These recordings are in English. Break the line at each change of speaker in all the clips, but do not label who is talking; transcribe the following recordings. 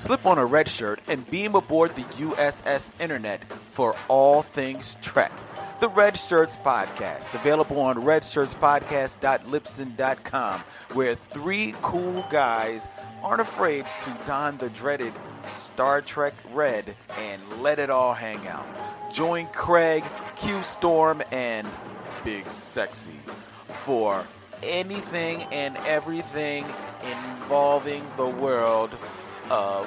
Slip on a red shirt and beam aboard the USS Internet for all things Trek. The Red Shirts Podcast, available on redshirtspodcast.libsyn.com, where three cool guys aren't afraid to don the dreaded Star Trek red and let it all hang out. Join Craig, Q Storm, and Big Sexy for anything and everything involving the world of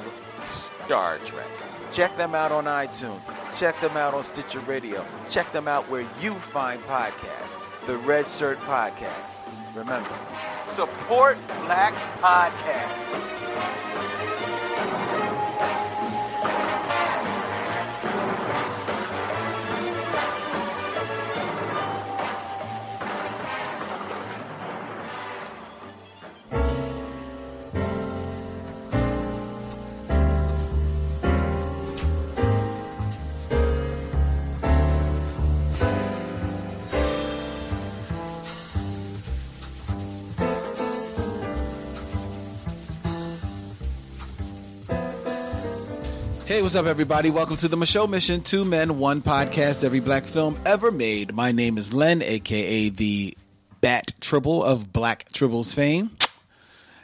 Star Trek. Check them out on iTunes. Check them out on Stitcher Radio. Check them out where you find podcasts. The Red Shirt Podcast. Remember, support Black Podcasts.
Hey, what's up, everybody? Welcome to the Michelle Mission Two Men, One Podcast, Every Black Film Ever Made. My name is Len, aka the Bat Tribble of Black Tribbles fame.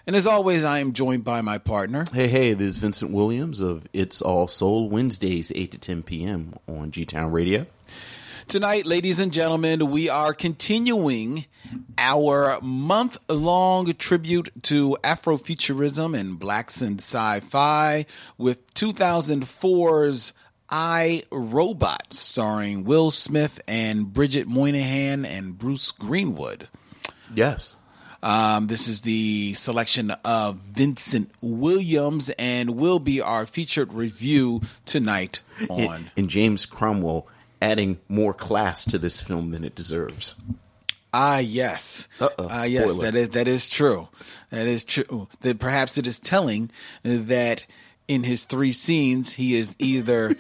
And as always, I am joined by my partner.
Hey, hey, this is Vincent Williams of It's All Soul Wednesdays, 8 to 10 p.m. on G Town Radio.
Tonight, ladies and gentlemen, we are continuing our month long tribute to Afrofuturism and Blacks and Sci Fi with 2004's I Robot, starring Will Smith and Bridget Moynihan and Bruce Greenwood.
Yes.
Um, this is the selection of Vincent Williams and will be our featured review tonight on.
And James Cromwell adding more class to this film than it deserves.
Ah yes,
Uh-oh,
ah yes,
spoiler.
that is that is true. That is true. That perhaps it is telling that in his three scenes he is either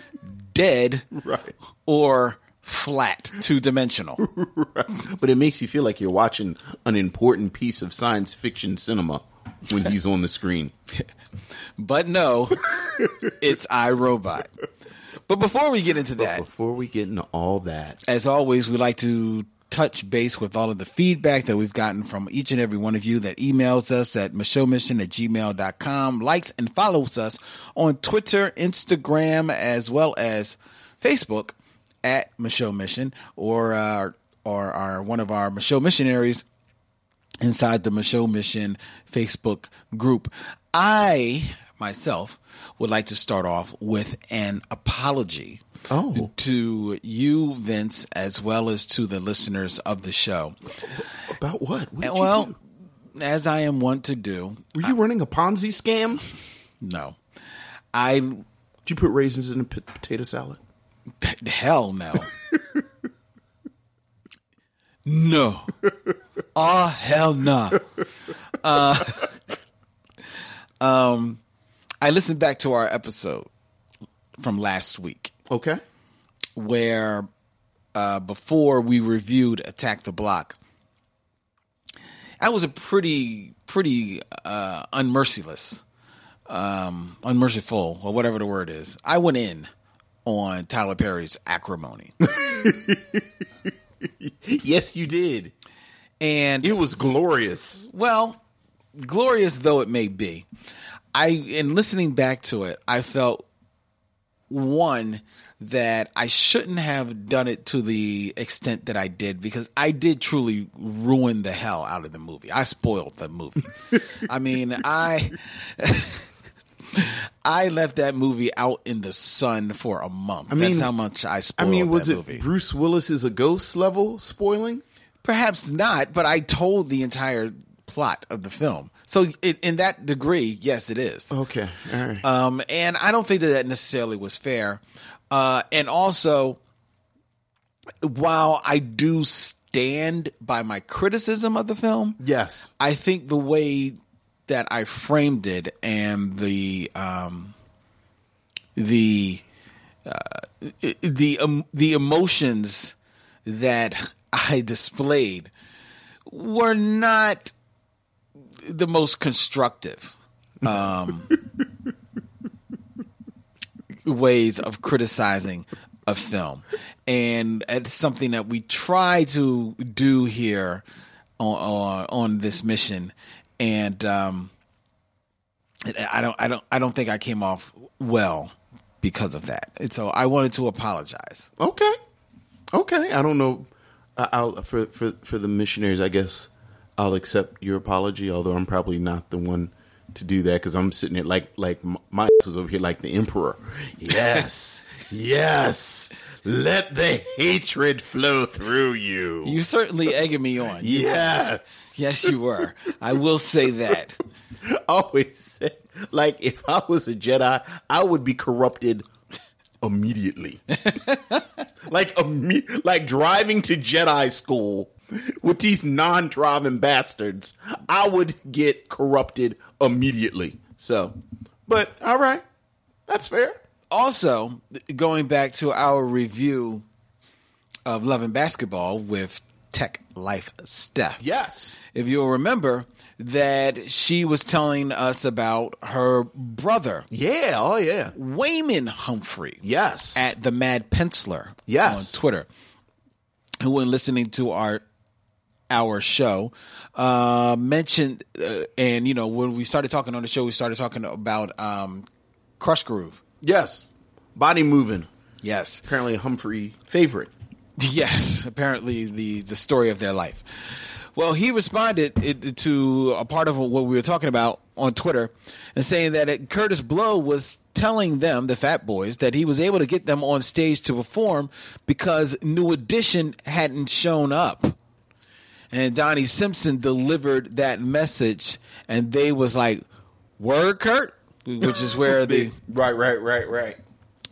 dead
Right.
or flat, two dimensional.
But it makes you feel like you're watching an important piece of science fiction cinema when he's on the screen.
but no, it's iRobot. But before we get into that,
Before we get into all that,
as always, we like to touch base with all of the feedback that we've gotten from each and every one of you that emails us at mission at gmail.com, likes and follows us on Twitter, Instagram, as well as Facebook at Michelle Mission or, uh, or our, one of our Michelle missionaries inside the Michelle Mission Facebook group. I myself would like to start off with an apology
Oh.
to you, Vince, as well as to the listeners of the show.
about what? What did you
Eh, well,
do?
as I am wont to do,
Were you running a Ponzi scam?
no, I
Did you put raisins in a p- potato salad?
hell no, no, oh hell no. Uh, um, I listened back to our episode from last week.
Okay.
where uh, before we reviewed Attack the Block, that was a pretty pretty uh, unmerciless, um, unmerciful, or whatever the word is. I went in on Tyler Perry's acrimony,
Yes, you did.
and
It was glorious.
well, glorious though it may be, I in listening back to it, I felt one that I shouldn't have done it to the extent that I did because I did truly ruin the hell out of the movie. I spoiled the movie. I mean, I. I left that movie out in the sun for a month. I mean, That's how much I
I
spoiled
mean, was
that
it
movie.
Bruce Willis is a ghost level spoiling?
Perhaps not, but I told the entire plot of the film. So, it, in that degree, yes, it is.
Okay, all right.
Um, and I don't think that that necessarily was fair. Uh, and also, while I do stand by my criticism of the film,
yes,
I think the way that I framed it and the um, the uh, the um, the emotions that I displayed were not the most constructive um, ways of criticizing a film, and it's something that we try to do here on on, on this mission, and um, I don't I don't I don't think I came off well because of that, and so I wanted to apologize.
okay, okay. I don't know. I, I'll for for for the missionaries. I guess I'll accept your apology, although I'm probably not the one to do that because I'm sitting here like like m- my ass was over here like the emperor. Yes, yes. Let the hatred flow through you.
You certainly egging me on.
Yes.
Yes, you were. I will say that.
always say, like, if I was a Jedi, I would be corrupted immediately. like, imme- like driving to Jedi school with these non-driving bastards, I would get corrupted immediately. So, but all right, that's fair.
also going back to our review of Love and Basketball with Tech Life Steph.
Yes.
If you'll remember that she was telling us about her brother,
Yeah. Oh, yeah.
Wayman Humphrey.
Yes.
At the Mad Penciler
Yes.
on Twitter. Who when listening to our our show uh mentioned uh, and you know when we started talking on the show we started talking about um Crush Groove.
yes. Body moving.
Yes.
Apparently, a Humphrey favorite.
Yes, apparently the the story of their life. Well, he responded it, to a part of what we were talking about on Twitter and saying that it, Curtis Blow was telling them, the Fat Boys, that he was able to get them on stage to perform because New Edition hadn't shown up. And Donnie Simpson delivered that message, and they was like, "Word, Kurt," which is where the
Right. Right. Right. Right.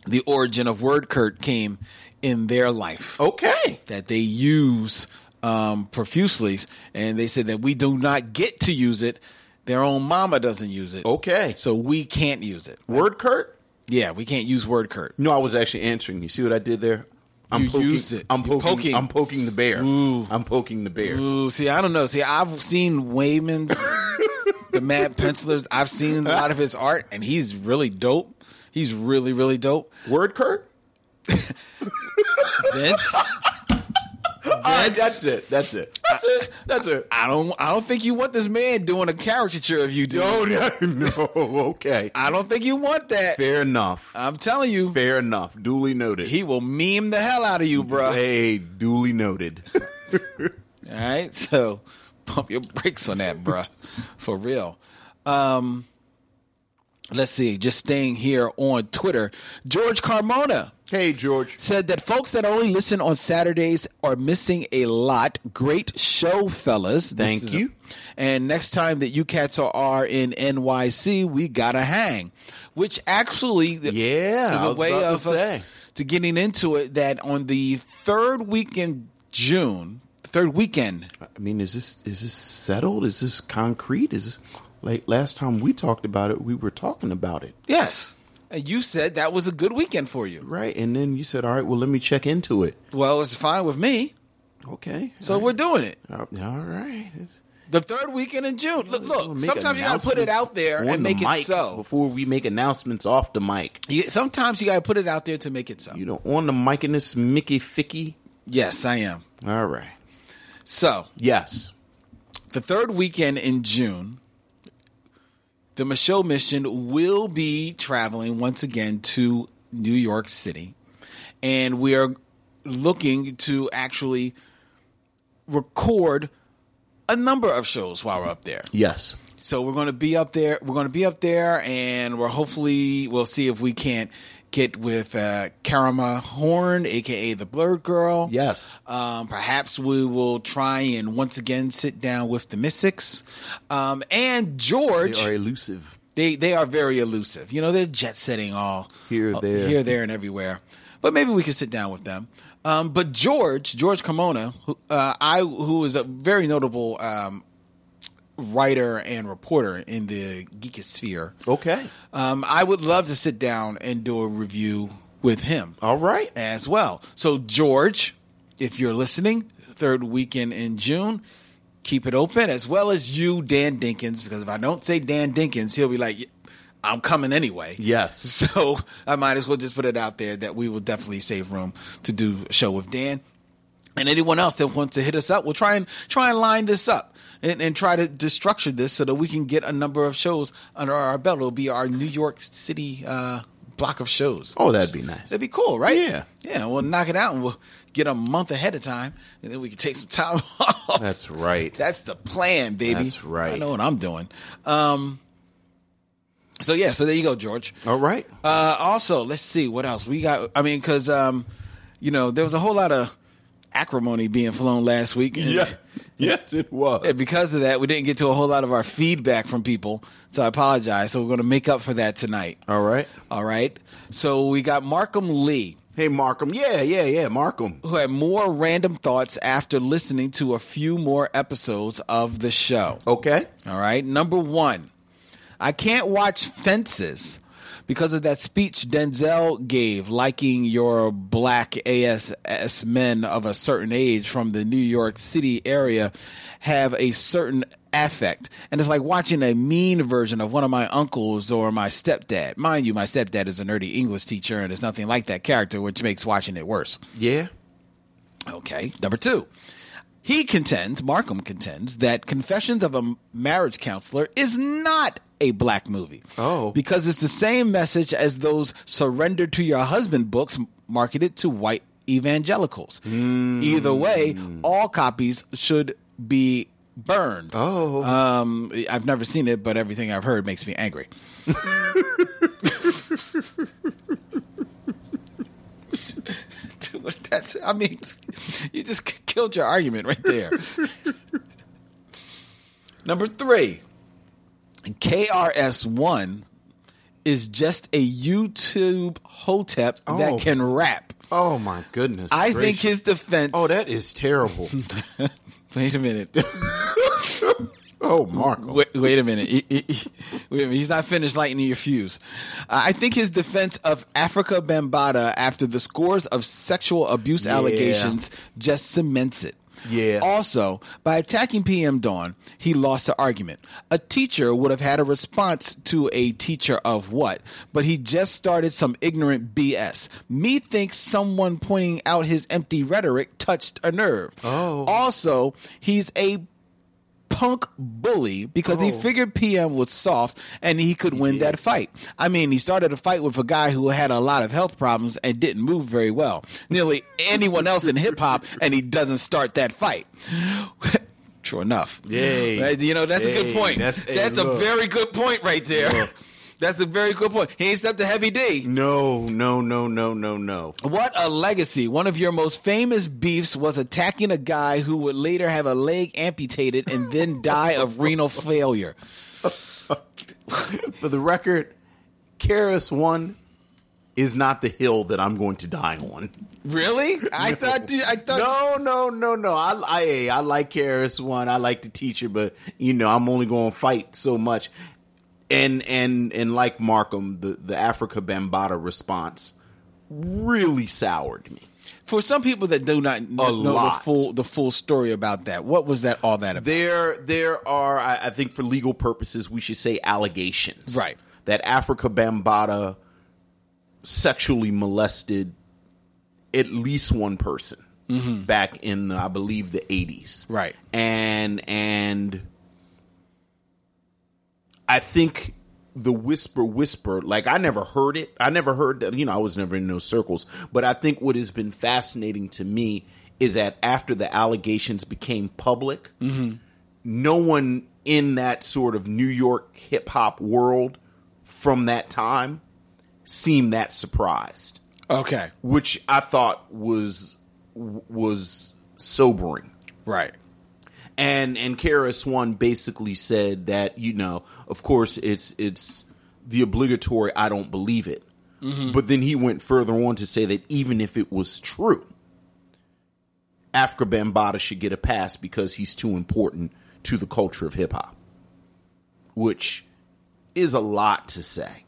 the origin of Word Kurt came in their life
Okay.
that they use um, profusely, and they said that we do not get to use it. Their own mama doesn't use it.
Okay.
So we can't use it.
Word, Kurt.
Yeah, we can't use word curt.
No, I was actually answering. You see what I did there? I'm
You
poking,
used it.
I'm
You're
poking,
poking.
I'm poking the bear.
Ooh.
I'm poking the bear.
Ooh, see, I don't know. See, I've seen Wayman's, the Mad Pencilers. I've seen a lot of his art, and he's really dope. He's really, really dope.
Word, Kurt.
Vince,
All right, that's it. That's it. That's it. That's it.
I don't, I don't think you want this man doing a caricature of you, dude.
No, no, no. Okay.
I don't think you want that.
Fair enough.
I'm telling you,
Fair enough. Duly noted.
he will meme the hell out of you, bro.
hey, duly noted.
All right, so pump your brakes on that, bruh, for real. Um, let's see. Just staying here on Twitter, George Carmona
hey, George.
said that folks that only listen on Saturdays are missing a lot. Great show, fellas. This
Thank
is-
you.
and next time that you cats are, are in NYC, we gotta hang. Which actually,
Yeah,
is
I
a
was
way
about to
of us
say.
to getting into it. That on the third week in June, third weekend
I mean, is this is this settled? Is this concrete? Is this like last time we talked about it? We were talking about it,
Yes. And you said that was a good weekend for you.
right? And then you said, "All right, well, let me check into it."
Well, it's fine with me.
Okay.
So we're doing it.
all right. All right. It's-
The third weekend in June.
We'll
Look, look
make
sometimes you got to put it
announcements
out there
on
and
the
make it
mic
so.
Before we make announcements off the mic,
You- Sometimes you got to put it out there to make it so.
you know, on the mic in this Mickey Ficky.
Yes, I am.
All right.
So,
Yes.
the third weekend in June, the Michelle Mission will be traveling once again to New York City and we are looking to actually record a number of shows while we're up there.
Yes.
So we're going to be up there. We're going to be up there, and we're hopefully we'll see if we can't get with uh, Karama Horn, aka the Blurred Girl.
Yes.
Um, perhaps we will try and once again sit down with the Mystics um, and George.
They are elusive.
They they are very elusive. You know, they're jet setting all
Here,
uh,
there.
here, there, and everywhere. But maybe we can sit down with them. Um, but George George Kimona, who, uh, I who is a very notable um, writer and reporter in the geeky sphere.
Okay.
Um, I would love to sit down and do a review with him
All right.
as well. So, George, if you're listening, third weekend in June, keep it open, as well as you, Dan Dinkins, because if I don't say Dan Dinkins, he'll be like, I'm coming anyway.
Yes.
So, I might as well just put it out there that we will definitely save room to do a show with Dan. And anyone else that wants to hit us up, we'll try and try and line this up and, and try to, to structure this so that we can get a number of shows under our belt. It'll be our New York City uh, block of shows.
Oh, that'd be nice.
That'd be cool, right?
Yeah.
Yeah, we'll knock it out and we'll get a month ahead of time and then we can take some time off.
That's right.
That's the plan, baby.
That's right.
I know what I'm doing. Um So yeah, so there you go, George.
All right.
Uh also, let's see what else. We got I mean cuz um you know, there was a whole lot of acrimony being flown last week. and-
yeah. Yes, it was.
and because of that, we didn't get to a whole lot of our feedback from people. So I apologize. So we're going to make up for that tonight.
All right.
All right. So we got Markham Lee.
Hey, Markham. Yeah, yeah, yeah, Markham.
who had more random thoughts after listening to a few more episodes of the show.
Okay.
All right. Number one, I can't watch Fences because of that speech Denzel gave, liking your black ASS men of a certain age from the New York City area have a certain affect. And it's like watching a mean version of one of my uncles or my stepdad. Mind you, my stepdad is a nerdy English teacher and it's nothing like that character, which makes watching it worse.
Yeah.
Okay. Number two. He contends, Markham contends, that Confessions of a Marriage Counselor is not a black movie.
Oh.
Because it's the same message as those Surrender to Your Husband books marketed to white evangelicals.
Hmm.
Either way, all copies should be burned.
Oh.
Um, I've never seen it, but everything I've heard makes me angry. Dude, that's, I mean, you just k- killed your argument right there. Number three, KRS1 is just a YouTube hotep
Oh.
that can rap.
Oh my goodness.
I think
gracious.
his defense.
Oh, that is terrible.
wait a minute.
oh, Markham.
Wait, wait a minute. He- he- he- wait a minute. He's not finished lightening your fuse. Uh, I think his defense of Africa Bambata after the scores of sexual abuse
Yeah.
allegations just cements it.
Yeah.
Also, by attacking PM Dawn, he lost the argument. A teacher would have had a response to a teacher of what, but he just started some ignorant BS. Me thinks someone pointing out his empty rhetoric touched a nerve.
Oh.
Also, he's a punk bully because he
Oh.
figured PM was soft and he could win that fight. I mean, he started a fight with a guy who had a lot of health problems and didn't move very well. Nearly anyone else in hip hop, and he doesn't start that fight. True enough.
Yay.
Right, You know, that's a
Hey,
good point. That's,
that's- hey,
a
look.
very good point right there.
Look.
That's a very good point. He ain't stepped to heavy D.
No, no, no, no, no, no.
What a legacy. One of your most famous beefs was attacking a guy who would later have a leg amputated and then die of renal failure.
For the record, Karis one is not the hill that I'm going to die on.
Really? I thought you, I thought
No, no, no, no. I, I, I like Karis one. I like the teacher, but you know, I'm only going to fight so much. And and and like Markham, the the Africa Bambata response really soured me.
for some people that do not know the
lot.
full the full story about that. What was that all that about?
There, there are. I, I think for legal purposes, we should say allegations.
Right.
That Africa Bambata sexually molested at least one person back in the, I believe, the eighties.
Right.
And and I think the whisper whisper like i never heard it i never heard that you know i was never in those circles but i think what has been fascinating to me is that after the allegations became public no one in that sort of new york hip-hop world from that time seemed that surprised
Okay.
which i thought was was sobering
Right.
and and Karis one basically said that you know, of course, it's it's the obligatory I don't believe it. But then he went further on to say that even if it was true, Africa Bambata should get a pass because he's too important to the culture of hip hop, which is a lot to say.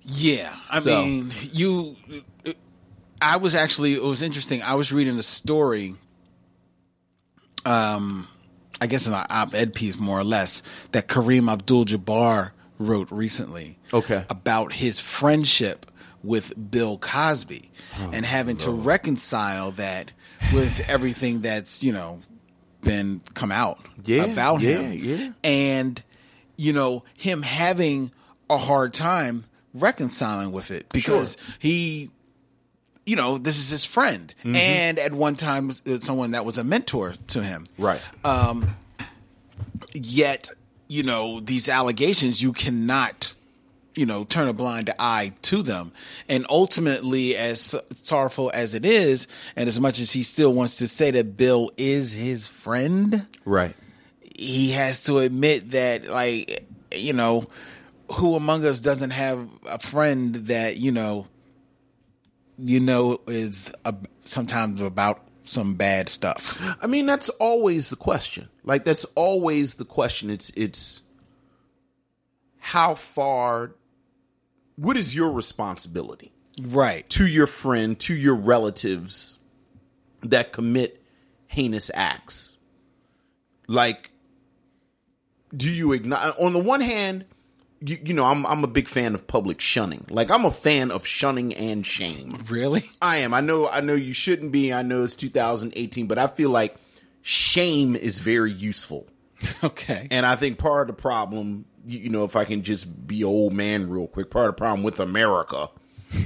Yeah, I
So-
mean, you. I was actually. It was interesting. I was reading a story. Um, I guess an op-ed piece, more or less, that Kareem Abdul-Jabbar wrote recently.
Okay.
about his friendship with Bill Cosby,
Oh,
and having to reconcile that with everything that's you know been come out
Yeah,
about
yeah,
him.
yeah.
And, you know, him having a hard time reconciling with it because he, you know, this is his friend. And at one time, was uh, someone that was a mentor to him.
Uh,
Yet, you know, these allegations, you cannot, you know, turn a blind eye to them. And ultimately, as sorrowful as it is, and as much as he still wants to say that Bill is his friend
right.
he has to admit that like you know who among us doesn't have a friend that you know you know is a, sometimes about some bad stuff
I mean, that's always the question. Like that's always the question. It's it's how far what is your responsibility
right
to your friend, to your relatives that commit heinous acts? Like do you ignore on the one hand you, you know, I'm I'm a big fan of public shunning. Like I'm a fan of shunning and shame.
really
I am. I know. I know you shouldn't be. I know it's 2018, but I feel like shame is very useful,
okay
and I think part of the problem, you, you know, if I can just be old man real quick, part of the problem with America,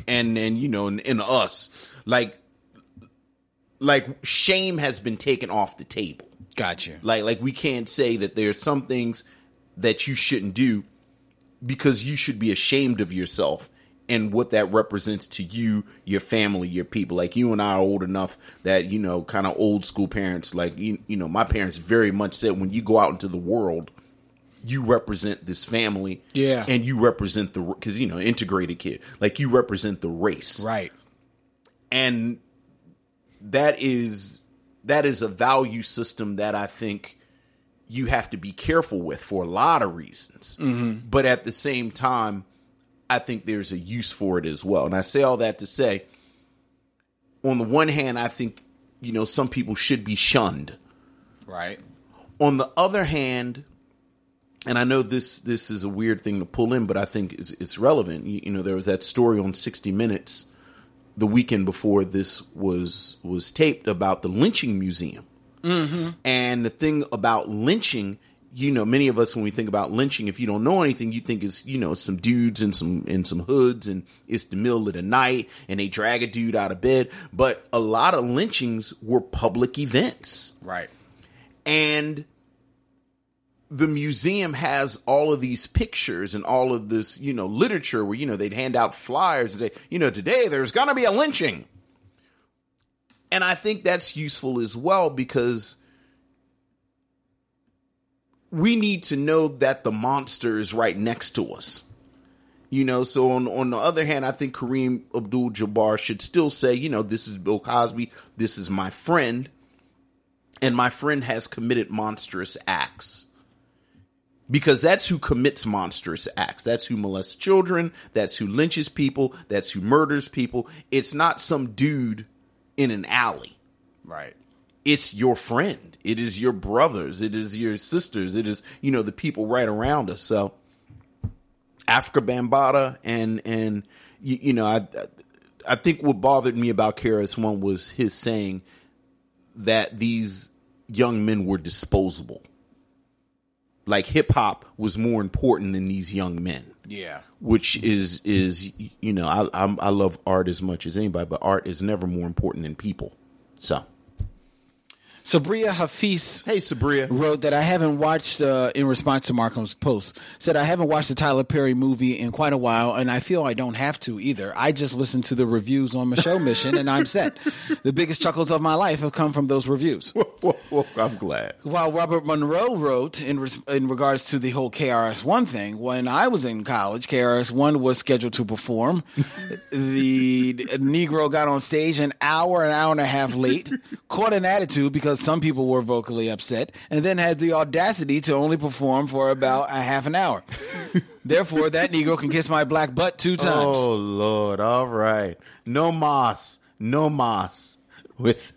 and and you know, and, and us, like, like shame has been taken off the table.
got you
Like like we can't say that there's some things that you shouldn't do because you should be ashamed of yourself and what that represents to you, your family, your people. Like you and I are old enough that you know, kind of old school parents. Like you, you know, my parents very much said when you go out into the world, you represent this family,
Yeah.
and you represent the because you know integrated kid, like you represent the race,
right
and that is that is a value system that I think you have to be careful with for a lot of reasons. But at the same time, I think there's a use for it as well. And I say all that to say, on the one hand, I think you know some people should be shunned.
right
On the other hand, and I know this this is a weird thing to pull in, but I think it's, it's relevant. You, you know, there was that story on 60 Minutes the weekend before this was was taped about the lynching museum. And the thing about lynching, you know, many of us when we think about lynching, if you don't know anything, you think it's you know some dudes in some in some hoods, and it's the middle of the night, and they drag a dude out of bed. But a lot of lynchings were public events
right
and the museum has all of these pictures and all of this, you know, literature where you know they'd hand out flyers and say, you know, today there's going to be a lynching. And I think that's useful as well because we need to know that the monster is right next to us. You know, so on on the other hand, I think Kareem Abdul-Jabbar should still say, you know, this is Bill Cosby, this is my friend and my friend has committed monstrous acts. Because that's who commits monstrous acts. That's who molests children. That's who lynches people. That's who murders people. It's not some dude in an alley.
right
It's your friend. It is your brothers. It is your sisters. It is, you know, the people right around us. So Africa Bambata and, and, you, you know, I, I think what bothered me about Karis One was his saying that these young men were disposable. like hip hop was more important than these young men.
Yeah.
Which is is you know I I'm, I love art as much as anybody, but art is never more important than people. So
Sabria Hafiz
hey, Sabria,
wrote that I haven't watched, uh, in response to Markham's post, said I haven't watched the Tyler Perry movie in quite a while, and I feel I don't have to either. I just listened to the reviews on Michelle Mission, and I'm set. The biggest chuckles of my life have come from those reviews.
I'm glad.
While Robert Monroe wrote in, res- in regards to the whole KRS One thing, when I was in college, KRS One was scheduled to perform. the Negro got on stage an hour, an hour and a half late, caught an attitude because some people were vocally upset, and then had the audacity to only perform for about a half an hour. Therefore, that Negro can kiss my black butt two times.
Oh Lord! All right, no mas, no mas with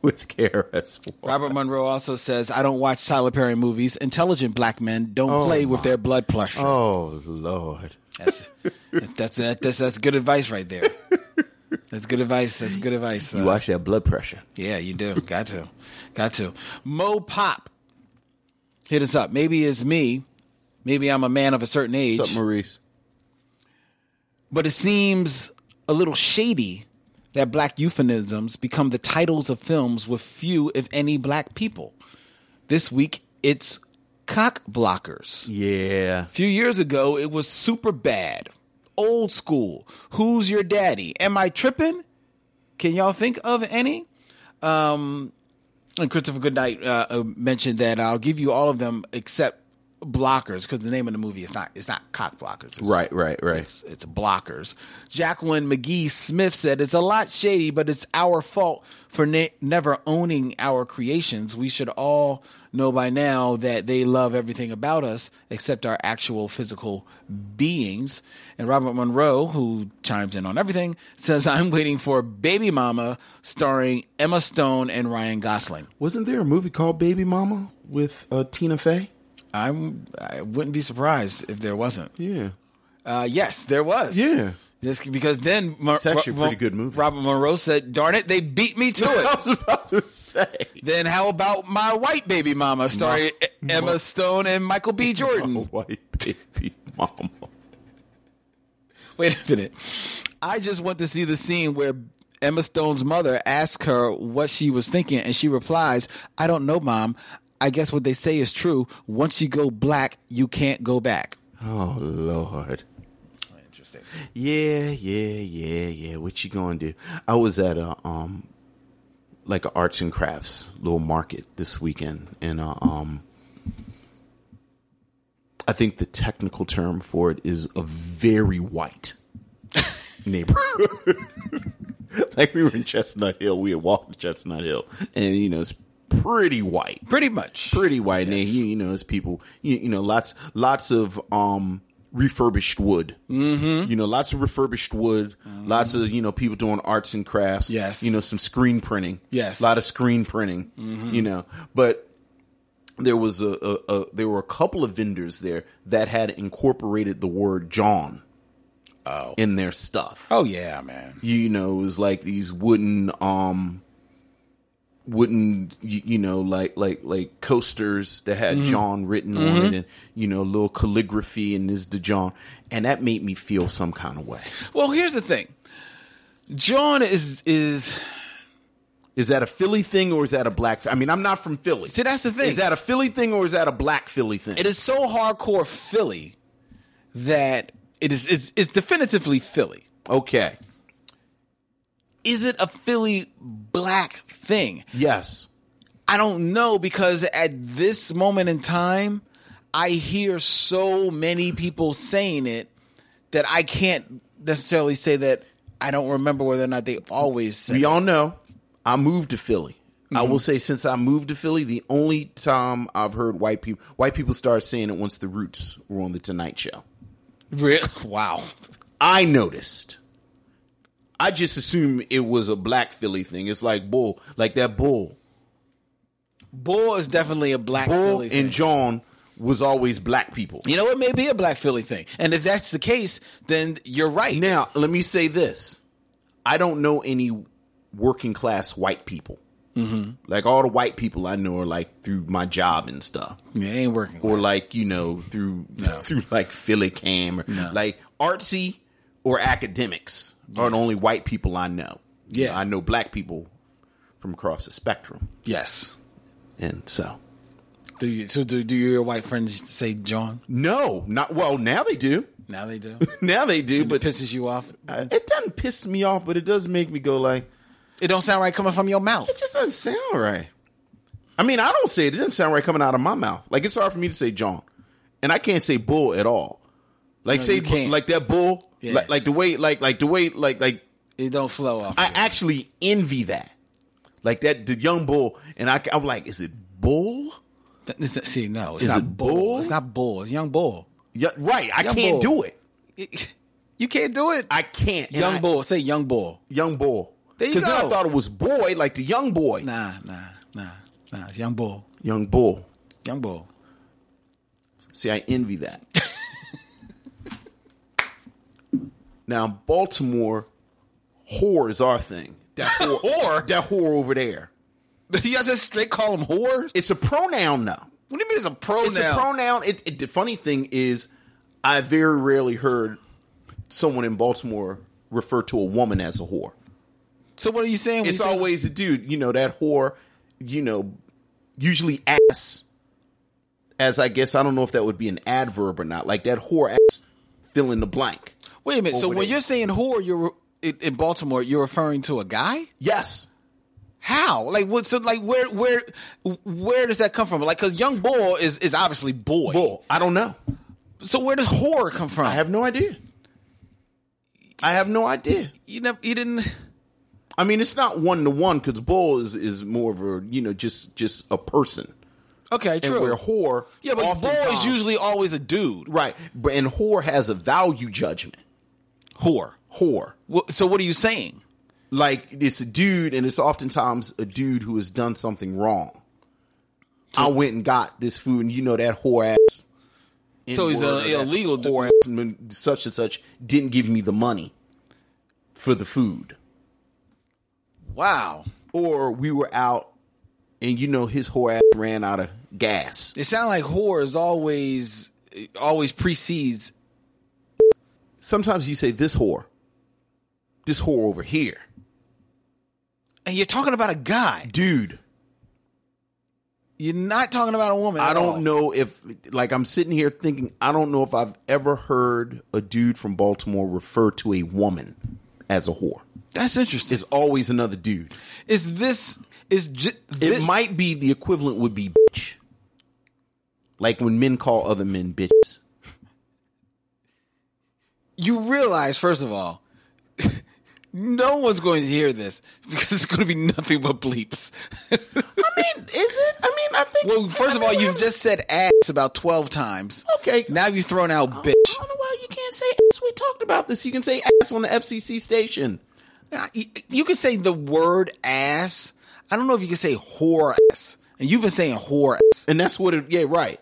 with KRS.
Robert Monroe also says, I don't watch Tyler Perry movies. Intelligent black men don't play with their blood pressure.
Oh Lord!
That's that's that, that's that's good advice right there. That's good advice. That's good advice. Uh,
You watch that blood pressure.
yeah, you do. Got to, got to. Mo Pop, hit us up. Maybe it's me. Maybe I'm a man of a certain age,
What's up, Maurice?
but it seems a little shady that black euphemisms become the titles of films with few, if any, black people. This week, it's cock blockers.
Yeah.
few years ago, it was super bad, old school. Who's your daddy? Am I tripping? Can y'all think of any? Um, and Christopher Goodnight uh, uh, mentioned that I'll give you all of them except blockers because the name of the movie is not it's not cock blockers. It's-
Right, right, right.
It's, it's blockers. Jacqueline McGee Smith said it's a lot shady, but it's our fault for ne- never owning our creations. We should all know by now that they love everything about us except our actual physical beings. And Robert Monroe, who chimes in on everything, says I'm waiting for Baby Mama starring Emma Stone and Ryan Gosling.
Wasn't there a movie called Baby Mama with uh, Tina Fey?
I'm I wouldn't be surprised if there wasn't.
Yeah.
Uh, yes, there was.
Yeah.
This, because then Mar-
It's actually a pretty good movie.
Robert Monroe said, "Darn it, they beat me to it."
was about to say.
then how about my white baby mama starring E- Emma Stone and Michael B.
Hmm.
Jordan?
White Baby Mama.
Wait a minute. I just want to see the scene where Emma Stone's mother asks her what she was thinking, and she replies, "I don't know, mom. I guess what they say is true. Once you go black, you can't go back."
Oh, Lord.
Interesting.
Yeah, yeah, yeah, yeah. What you gonna do? I was at a um like a arts and crafts little market this weekend and uh, um I think the technical term for it is a very white neighborhood. like we were in Chestnut Hill, we had walked to Chestnut Hill and you know it's pretty white
Pretty much.
pretty white and you, you know it's people you, you know lots lots of um refurbished wood mm-hmm. you know lots of refurbished wood lots of you know people doing arts and crafts
Yes.
you know some screen printing
Yes.
a lot of screen printing you know but there was a, a, a there were a couple of vendors there that had incorporated the word john oh. in their stuff
Oh yeah, man.
you know, it was like these wooden, um, wooden, you, you know, like like like coasters that
Mm-hmm.
had John written on it, and you know, little calligraphy and this the John, and that made me feel some kind of way.
Well, here's the thing. John is is
Is that a Philly thing or is that a black? I mean, I'm not from Philly.
See, that's the thing.
Is that a Philly thing or is that a black Philly thing?
it is so hardcore Philly that it is it's, it's definitively Philly.
okay.
Is it a Philly black thing?
Yes.
I don't know because at this moment in time, I hear so many people saying it that I can't necessarily say that I don't remember whether or not they always say.
We all know I moved to Philly. I
Mm-hmm.
will say since I moved to Philly, the only time I've heard white people white people start saying it once the Roots were on the Tonight Show.
Re- wow.
I noticed. I just assume it was a black Philly thing. It's like bull, like that bull.
Bull is definitely a black
Bull
Philly thing.
and John was always black people.
You know, it may be a Black Philly thing. And if that's the case, then you're right.
Now, let me say this. I don't know any working class white people. Mm-hmm. Like all the white people I know are like through my job and stuff,
Yeah, it ain't working.
or like you know through through like Philly Cam, or like artsy or academics are the only white people I know. You
Yeah.
know, I know black people from across the spectrum,
yes.
and so
Do you, so do, do your white friends say John?
no, not well. Now they do.
Now they do.
Now they do,
It
but
pisses you off.
Uh, it doesn't piss me off, but it does make me go like,
It don't sound right coming from your mouth.
it just doesn't sound right. I mean, I don't say it. It doesn't sound right coming out of my mouth. Like it's hard for me to say John, and I can't say bull at all. Like
No,
say
you can't.
like that bull,
Yeah.
like, like the way, like like the way, like like
It don't flow off.
I actually envy that. Like that the young bull, and I, am like, is it bull?
Th- th- th- See, no, it's
Is
not
it
bull.
bull?
It's not bull. It's young bull.
Yeah, right. I
Young
can't do
bull.
it.
You can't do it.
I can't. And
young
I-
bull. Say young bull.
young bull.
There you
Because then I
go.
thought it was boy, like the young boy,
Nah, nah, nah, nah. It's young bull.
young bull.
Young bull.
See, I envy that. now, Baltimore, whore is our thing. That whore, that whore over there.
Y'all just straight call them whores.
It's a pronoun now.
what do you mean it's a pronoun?
It's a pronoun. It, it, the funny thing is, I very rarely heard someone in Baltimore refer to a woman as a whore.
So what are you saying? when
It's
you say-
always a dude. You know that whore. You know, usually ass. As I guess I don't know if that would be an adverb or not. Like that whore ass. Fill in the blank.
Wait a minute. So
over
when
there.
you're saying whore, you're in, in Baltimore. You're referring to a guy.
Yes.
How? Like what? So like where? Where? Where does that come from? Like because young bull is is obviously boy.
Bull. I don't know.
So where does whore come from?
I have no idea. I have no idea.
you never. You didn't.
I mean, it's not one to one because bull is is more of a you know just just a person,
Okay,
and
true.
where whore
yeah, but bull
oftentimes-
is usually always a dude.
right, but and whore has a value judgment.
Whore.
Whore,
Wh- So what are you saying?
like it's a dude, and it's oftentimes a dude who has done something wrong. I went and got this food, and you know that whore ass.
So
N-word
he's an
or that
illegal dude.
whore ass, such and such didn't give me the money for the food.
Wow.
or we were out and you know his whore ass ran out of gas.
It sounds like whore is always it always precedes.
Sometimes you say this whore, this whore over here,
And you're talking about a guy.
dude.
You're not talking about a woman.
I
at all.
don't know if like I'm sitting here thinking I don't know if I've ever heard a dude from Baltimore refer to a woman as a whore.
That's interesting.
It's always another dude.
Is this is j-
It
this,
might be the equivalent would be bitch. Like when men call other men bitches.
you realize first of all, no one's going to hear this because it's going to be nothing but bleeps.
I mean, is it? I mean, I think
well, first
I
of all,
mean,
you've
every-
just said ass about twelve times.
Okay.
Now you've thrown out bitch.
I don't know why you can't say ass. We talked about this. You can say ass on the FCC station.
Now, y- You can say the word ass. I don't know if you can say whore ass. And you've been saying whore ass.
And that's what it, yeah, right.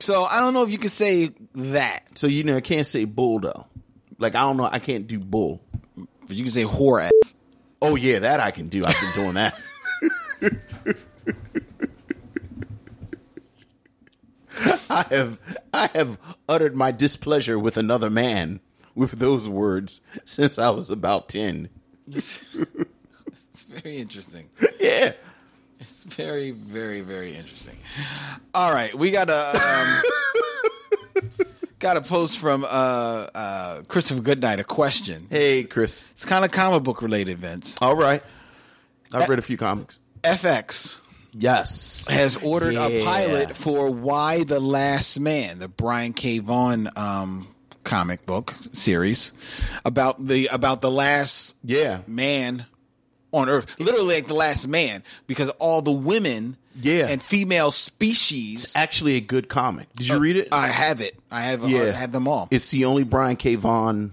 So I don't know if you can say that.
So, you know, I can't say bull, though. Like, I don't know. I can't do bull.
But you can say whore ass.
Oh, yeah, that I can do. I've been doing that. I have I have uttered my displeasure with another man with those words since I was about 10.
It's very interesting.
Yeah.
It's very, very, very interesting. All right, we got a um, got a post from uh, uh, Christopher Goodnight. A question.
Hey, Chris.
It's kind of comic book related, Vince.
All right. I've read a few comics.
FX
Yes.
has ordered a
Yeah.
pilot for Why the Last Man, the Brian K. Vaughan um, comic book series about the about the last
Yeah.
man on Earth, literally like the last man, because all the women
Yeah.
and female species.
Actually, a good comic. Did you read it?
I have it. I have. uh, I have them all.
It's the only Brian K. Vaughan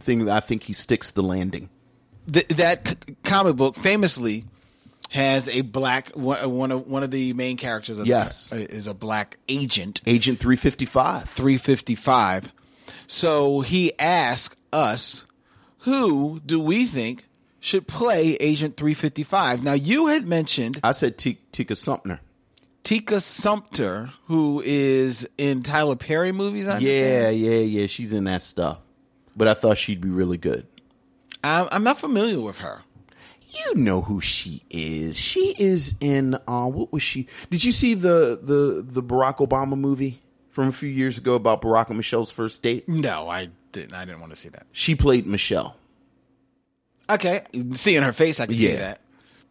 thing that I think he sticks the landing.
Th- that c- comic book famously has a black one. uh, One of one of the main characters. Of
Yes.
the, uh, is a black agent.
Agent 355.
Three fifty five. So he asked us, "Who do we think should play Agent 355. Now, you had mentioned
I said T- Tika Sumpner.
Tika Sumpter, who is in Tyler Perry movies. I
Yeah,
understand.
yeah, yeah. She's in that stuff. But I thought she'd be really good.
I'm, I'm not familiar with her.
You know who she is. She is in uh, what was she? Did you see the the the Barack Obama movie from a few years ago about Barack and Michelle's first date?
No, I didn't. I didn't want to see that.
She played Michelle.
Okay, seeing her face, I can see
Yeah.
that.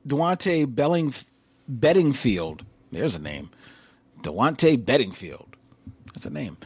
Duante Belling, Bettingfield. There's a name. Duante Bettingfield. That's a name.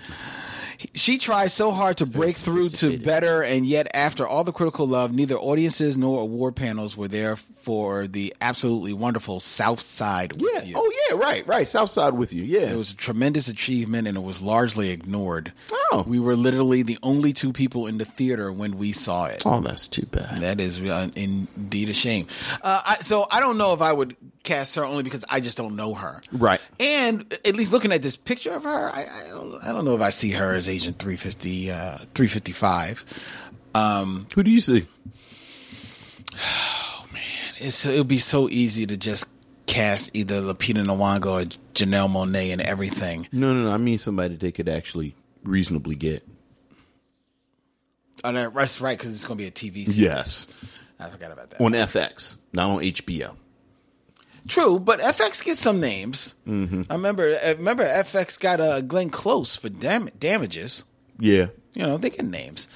He- She tries so hard to break through to better, and yet after all the critical love, neither audiences nor award panels were there for the absolutely wonderful South Side. With You.
Oh yeah, right, right. Southside with you. Yeah.
It was a tremendous achievement and it was largely ignored.
Oh.
We were literally the only two people in the theater when we saw it.
oh, that's too bad.
That is uh, indeed a shame. Uh, I, so I don't know if I would cast her only because I just don't know her.
Right.
And at least looking at this picture of her, I, I, don't, I don't know if I see her as Agent 350, uh, 355. Um,
Who do you see?
it's, it would be so easy to just cast either Lupita Nyong'o or Janelle Monet and everything.
No, no, no. I mean somebody they could actually reasonably get.
Oh, no, that's right, because it's going to be a TV series.
Yes.
I forgot about that.
On FX, not on HBO.
True, but FX gets some names. I remember. I remember FX got uh, Glenn Close for dam- damages.
Yeah.
You know, they get names.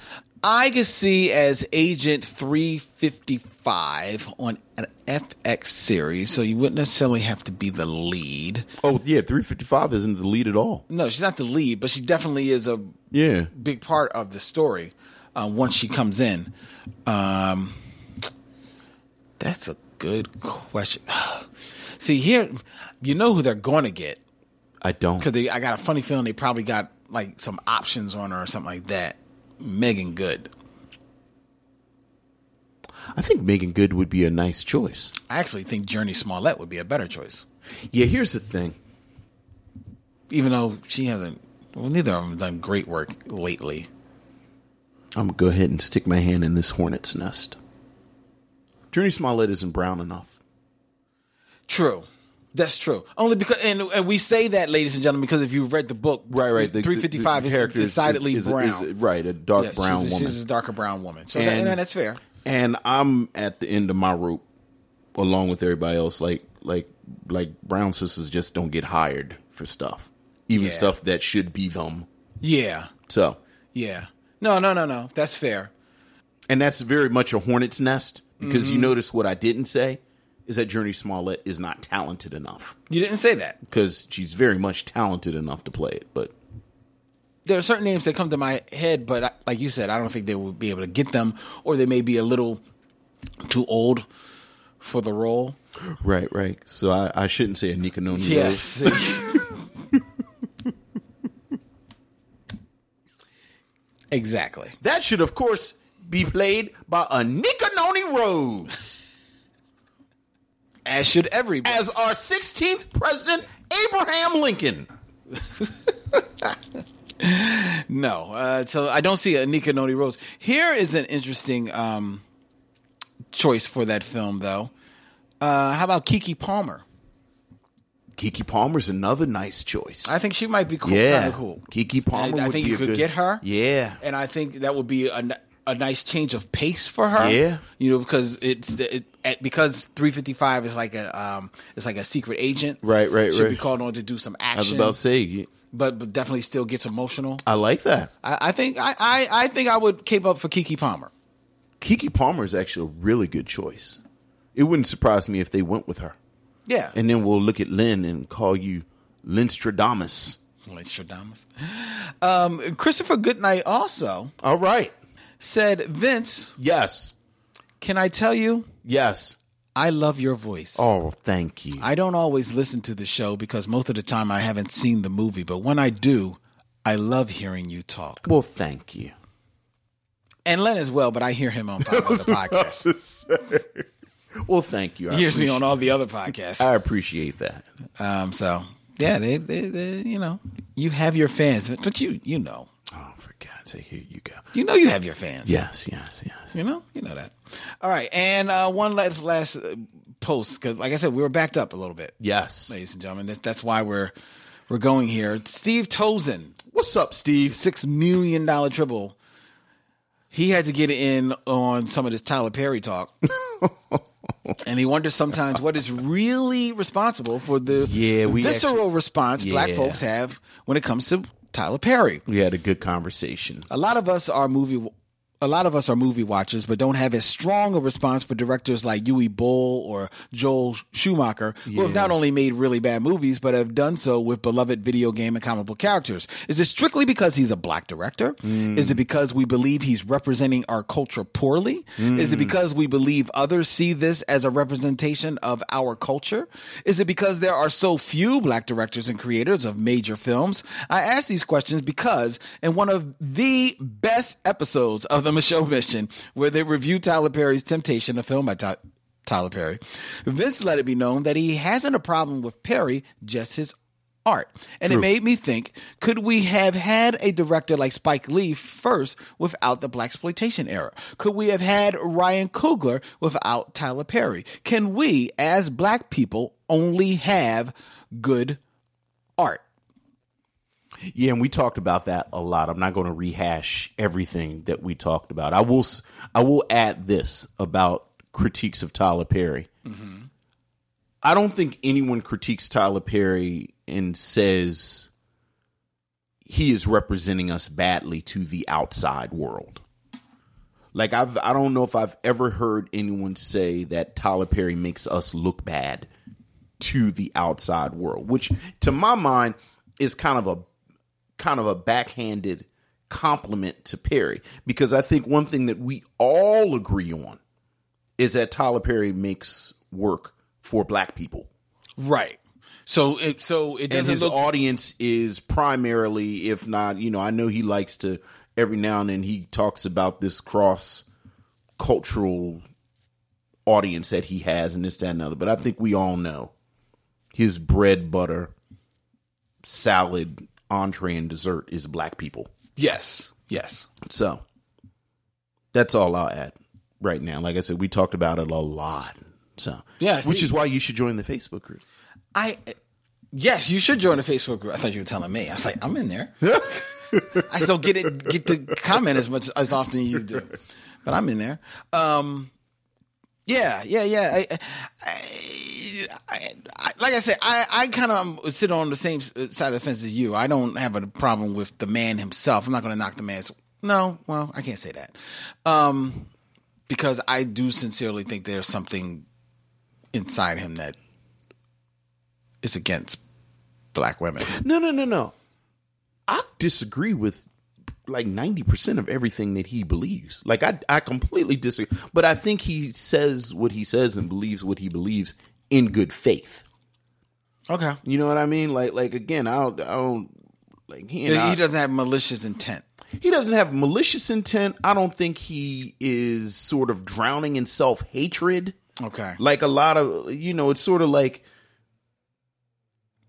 I could see as Agent 355 on an FX series, so you wouldn't necessarily have to be the lead.
Oh yeah, three fifty five isn't the lead at all.
No, she's not the lead, but she definitely is a
Yeah.
big part of the story uh, once she comes in. Um, that's a good question. see, here, you know who they're going to get.
I don't.
because I got a funny feeling they probably got like some options on her or something like that. Megan Good.
I think Megan Good would be a nice choice.
I actually think Journey Smollett would be a better choice,
Yeah, here's the thing.
even though she hasn't. Well, neither of them done great work lately.
I'm gonna go ahead and stick my hand in this hornet's nest. Journey Smollett isn't brown enough.
True, that's true. Only because, and, and we say that, ladies and gentlemen, because if you've read the book, three fifty five is decidedly brown,
right, a dark
Yeah,
brown
she's, a-
woman.
She's a darker brown woman, so that- and that's fair.
And I'm at the end of my rope, along with everybody else. Like, like, like brown sisters just don't get hired for stuff, even
Yeah.
stuff that should be them.
Yeah,
So,
yeah. No, no, no, no. That's fair.
and that's very much a hornet's nest because you notice what I didn't say is that Journey Smollett is not talented enough
You didn't say that.
because she's very much talented enough to play it, but.
there are certain names that come to my head, but I, like you said, I don't think they would be able to get them, or they may be a little too old for the role.
Right, right. So I, I shouldn't say a Nicanoni Rose.
Yes. exactly.
That should, of course, be played by a Nicanoni Rose
As should everybody.
as our 16th president, Abraham Lincoln.
No, uh, so I don't see a Nika Noni Rose. Here is an interesting um, choice for that film, though. Uh, how about Kiki Palmer?
Kiki Palmer's another nice choice.
I think she might be cool,
yeah,
kinda cool.
Kiki Palmer.
I, I
would
think
be
you
a
could
good-
get her.
Yeah,
and I think that would be a, n- a nice change of pace for her.
Yeah.
you know, because it's it, at- because three fifty five is like a um, it's like a secret agent.
Right, right,
Should be
right.
called on to do some
I was
action,
about to say. you-
but but definitely still gets emotional.
I like that.
I, I think I, I I think I would cape up for Kiki Palmer.
Kiki Palmer is actually a really good choice. It wouldn't surprise me if they went with her,
Yeah,
and then we'll look at Lynn and call you Linstradamus.
Like Stradamus. Um, Christopher Goodnight also
All right.
said, Vince,
Yes.
can I tell you,
Yes.
I love your voice.
Oh, thank you.
I don't always listen to the show because most of the time I haven't seen the movie, but when I do, I love hearing you talk.
well, thank you.
And Len as well, but I hear him on five other podcasts.
well, thank you. I
He hears me
appreciate-
on all the other podcasts.
I appreciate that.
Um, so yeah, they, they, they, you know, you have your fans, but you, you know,
Oh, for God's say, here you go.
You know you have your fans.
Yes, yes, yes.
You know, you know that. All right, and uh, one last last uh, post because, like I said, we were backed up a little bit,
Yes.
ladies and gentlemen. That, that's why we're we're going here. Steve Tozin,
What's up, Steve?
six million dollar triple. He had to get in on some of this Tyler Perry talk, and he wonders sometimes what is really responsible for the
Yeah, we
visceral response black
Yeah.
folks have when it comes to Tyler Perry.
We had a good conversation.
A lot of us are movie a lot of us are movie watchers but don't have as strong a response for directors like Yui Bull or Joel Schumacher who have not only made really bad movies but have done so with beloved video game and comic book characters. Is it strictly because he's a black director? Is it because we believe he's representing our culture poorly? Is it because we believe others see this as a representation of our culture? Is it because there are so few black directors and creators of major films? I ask these questions because in one of the best episodes of the Michelle Mission, where they review Tyler Perry's Temptation, a film by Ty- Tyler Perry, Vince let it be known that he hasn't a problem with Perry, just his art. And it made me think could we have had a director like Spike Lee first without the black exploitation era? Could we have had Ryan Coogler without Tyler Perry? Can we as black people only have good art?
Yeah, and we talked about that a lot. I'm not going to rehash everything that we talked about. I will s- I will add this about critiques of Tyler Perry. I don't think anyone critiques Tyler Perry and says he is representing us badly to the outside world. Like I've I don't know if I've ever heard anyone say that Tyler Perry makes us look bad to the outside world, which to my mind is kind of a kind of a backhanded compliment to Perry because I think one thing that we all agree on is that Tyler Perry makes work for black people.
Right. So it so it
And
doesn't
his
look
audience is primarily, if not, you know, I know he likes to every now and then he talks about this cross cultural audience that he has and this, that, and the other. But I think we all know his bread, butter, salad, entree, and dessert is black people.
yes. Yes.
So that's all I'll add right now. Like I said, we talked about it a lot. So
Yeah, I
which
see.
is why you should join the Facebook group.
I yes, you should join the Facebook group. I thought you were telling me. I was like, I'm in there. I still get it get to comment as much as often as you do, but I'm in there. Um, yeah, yeah, yeah. I, I, I, I, like I said, I, I kind of sit on the same side of the fence as you. I don't have a problem with the man himself. I'm not going to knock the man's. No, well, I can't say that. Um, because I do sincerely think there's something inside him that is against black women.
No, no, no, no. I disagree with like 90% of everything that he believes. Like I I completely disagree, but I think he says what he says and believes what he believes in good faith.
Okay.
You know what I mean? Like like again, I don't, I don't like he and I-
he doesn't have malicious intent.
he doesn't have malicious intent. I don't think he is sort of drowning in self hatred.
Okay.
Like a lot of, you know, it's sort of like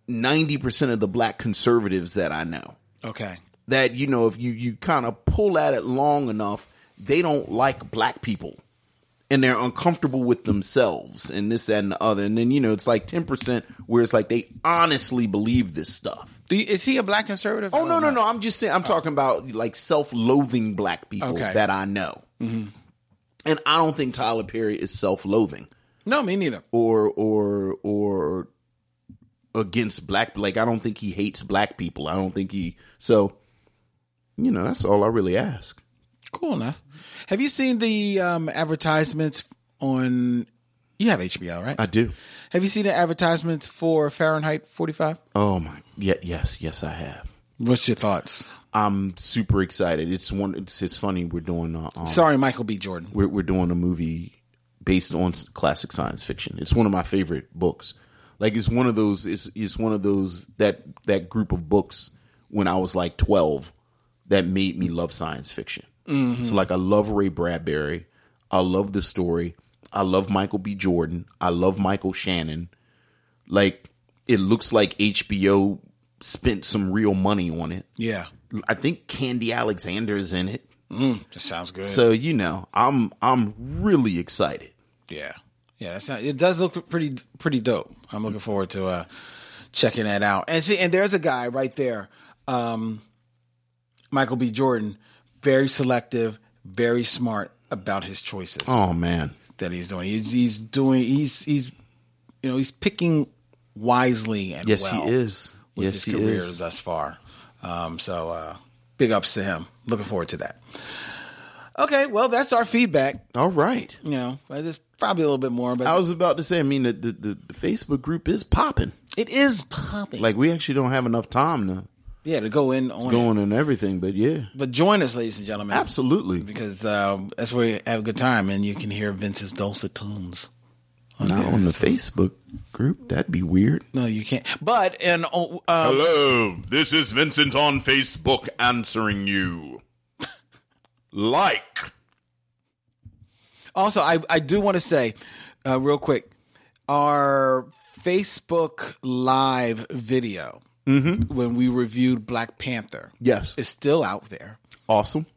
90% of the black conservatives that I know
Okay.
that, you know, if you, you kind of pull at it long enough, they don't like black people and they're uncomfortable with themselves and this, that, and the other. And then, you know, it's like 10% where it's like they honestly believe this stuff.
Do you, is he a black conservative?
Oh no no no! I'm just saying. I'm talking about like self-loathing black people
Okay.
that I know, and I don't think Tyler Perry is self-loathing
No, me neither.
or or or against black. Like I don't think he hates black people. I don't think he. So, you know, that's all I really ask.
Cool enough. Have you seen the um, advertisements on? You have HBO, right?
I do.
have you seen the advertisements for Fahrenheit 45?
Oh my! Yeah, yes, yes, I have.
What's your thoughts?
I'm super excited. It's one. It's, it's funny. We're doing. Uh, um,
Sorry, Michael B. Jordan.
we're, we're doing a movie based on s- classic science fiction. It's one of my favorite books. Like it's one of those. It's it's one of those that that group of books when I was like twelve that made me love science fiction. So like I love Ray Bradbury. I love the story. I love Michael B. Jordan. I love Michael Shannon. Like it looks like HBO spent some real money on it.
Yeah.
I think Candy Alexander's in it.
That sounds good.
So you know, I'm I'm really excited.
Yeah, yeah, that's not, it does look pretty pretty dope. I'm looking forward to uh checking that out. And see, and there's a guy right there, um, Michael B. Jordan, very selective, very smart about his choices
Oh man.
that he's doing. He's he's doing he's he's you know he's picking wisely and
Yes,
well
he is.
with
yes,
his
he
career
is.
thus far. Um, so uh, big ups to him. Looking forward to that. Okay, well that's our feedback.
All right.
You know, there's probably a little bit more, but
I was about to say. I mean, the the, the, the Facebook group is popping.
It is popping.
Like we actually don't have enough time to
yeah, to go in on
go
it.
on and everything, but yeah,
But join us, ladies and gentlemen.
absolutely.
Because um, that's where you have a good time and you can hear Vince's dulcet tones.
Not on the Facebook group. That'd be weird.
No, you can't. But, and, oh, uh,
Hello, this is Vincent on Facebook answering you. like.
also, I, I do want to say, uh, real quick, our Facebook Live video when we reviewed Black Panther
Mm-hmm. Yes.
is still out there.
awesome.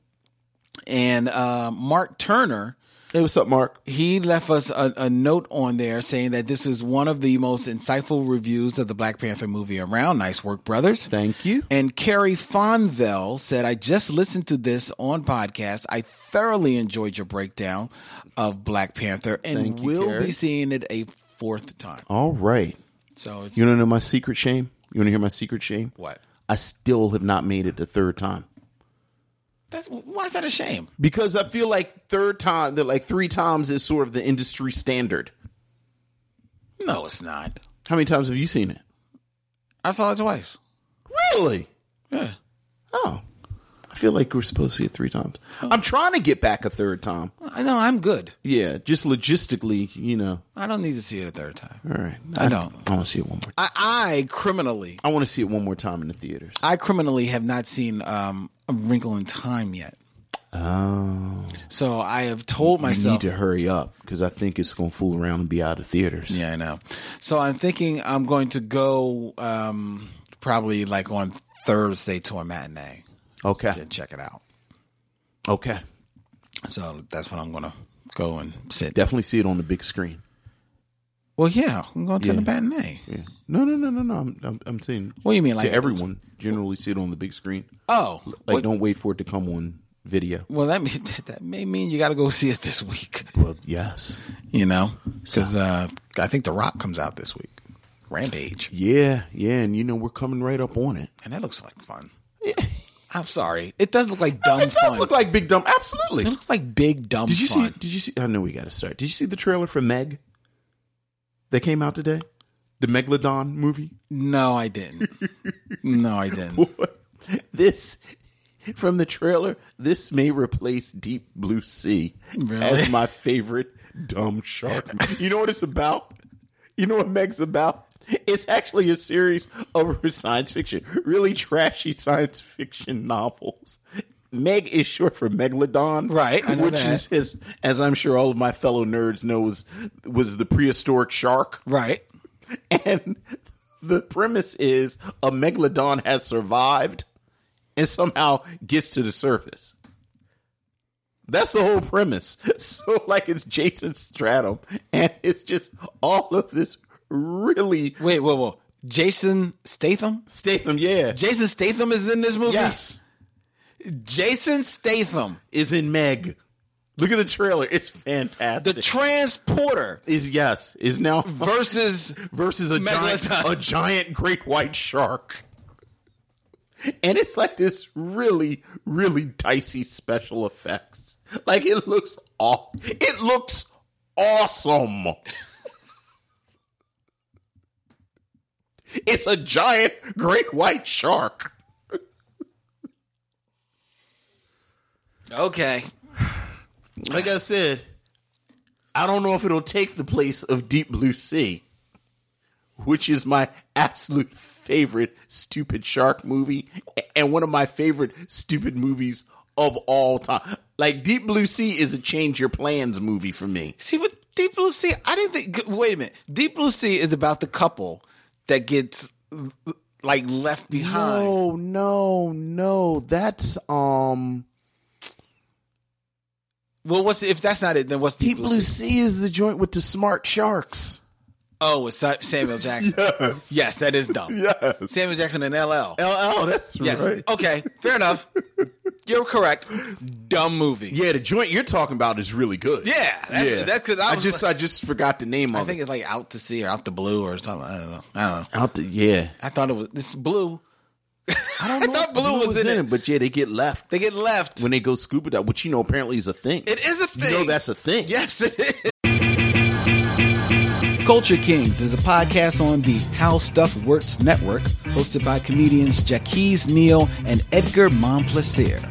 And uh, Mark Turner.
Hey, what's up, Mark?
he left us a, a note on there saying that this is one of the most insightful reviews of the Black Panther movie around. Nice work, brothers.
Thank you.
And Carrie Fonville said, I just listened to this on podcast. I thoroughly enjoyed your breakdown of Black Panther and
Thank you,
will
Carrie.
be seeing it a fourth time.
All right.
So it's
You want to know my secret shame? You want to hear my secret shame?
what?
I still have not made it the third time.
That's, why is that a shame?
Because I feel like third time, that like three times is sort of the industry standard.
No, it's not.
How many times have you seen it?
I saw it twice.
Really?
Yeah.
Oh. I feel like we're supposed to see it three times.
Oh.
I'm trying to get back a third time.
I know, I'm good.
Yeah, just logistically, you know.
I don't need to see it a third time.
All right.
I don't.
I want to see it one more time.
I, I criminally
I want to see it one more time in the theaters.
I criminally have not seen um, A Wrinkle in Time yet.
Oh.
So I have told
I need
myself.
to hurry up because I think it's going to fool around and be out of theaters.
Yeah, I know. So I'm thinking I'm going to go um, probably like on Thursday to a matinee
Okay.
and check it out.
Okay.
So that's when I'm going to go and sit.
Definitely see it on the big screen.
Well, yeah, I'm going to the
Yeah.
matinee.
Yeah. No, no, no, no, no. I'm, I'm, I'm saying
What do you mean, like
to everyone, generally see it on the big screen.
Oh,
Like,
what-
don't wait for it to come on video.
well, that may, that may mean you got to go see it this week.
Well, yes.
You know, because uh, I think The Rock comes out this week, Rampage,
Yeah, yeah. And, you know, we're coming right up on it.
and that looks like fun. I'm sorry, it does look like dumb.
it does
fun.
look like Big Dumb. Absolutely.
It looks like big dumb.
Did you see?
fun.
Did you see? I know we got to start. Did you see the trailer for Meg that came out today? The Megalodon movie.
No, I didn't. no, I didn't.
this from the trailer. This may replace Deep Blue Sea
Really?
as my favorite dumb shark. movie. you know what it's about? You know what Meg's about? It's actually a series of her science fiction, really trashy science fiction novels. Meg is short for Megalodon,
Right, I know
which
that.
is as as I'm sure all of my fellow nerds know, was was the prehistoric shark.
Right.
And the premise is a megalodon has survived and somehow gets to the surface. That's the whole premise. So like it's Jason Stratum, and it's just all of this really
Wait, whoa, whoa. Jason Statham?
Statham, yeah.
Jason Statham is in this movie?
yes.
Jason Statham,
Is in Meg. Look at the trailer. It's
the
fantastic.
transporter
is yes, is now
versus
versus a giant,
Megalodon.
a giant great white shark. And it's like this really, really dicey special effects. Like it looks off. It looks awesome. it's a giant great white shark.
Okay.
Like I said, I don't know if it'll take the place of Deep Blue Sea, which is my absolute favorite stupid shark movie a- and one of my favorite stupid movies of all time. Like Deep Blue Sea is a change your plans movie for me.
See what Deep Blue Sea I didn't think g- wait a minute. Deep Blue Sea is about the couple that gets like left behind.
No, no, no. That's um.
Well, what's if that's not it? Then what's
Deep Blue Sea is the joint with the smart sharks.
Oh, it's Sa- Samuel Jackson. yes. that is dumb.
Yes.
Samuel Jackson and LL.
LL. Oh, That's
yes. Okay, fair enough. You're correct. Dumb movie.
Yeah, the joint you're talking about is really good.
Yeah, that's- that's 'cause I
I,
was
just I just forgot the name of
I think it's like out to sea or out the blue or something. I don't know. I don't know.
it. Out the yeah.
I thought it was this blue.
I don't know.
thought
if
Blue was in it.
but yeah, they get left
They get left.
when they go scuba dive, which you know apparently is a thing.
it is a thing.
You know that's a thing.
Yes, it is. Culture Kings is a podcast on the How Stuff Works Network, hosted by comedians Jackie's Neal and Edgar Monplaisir.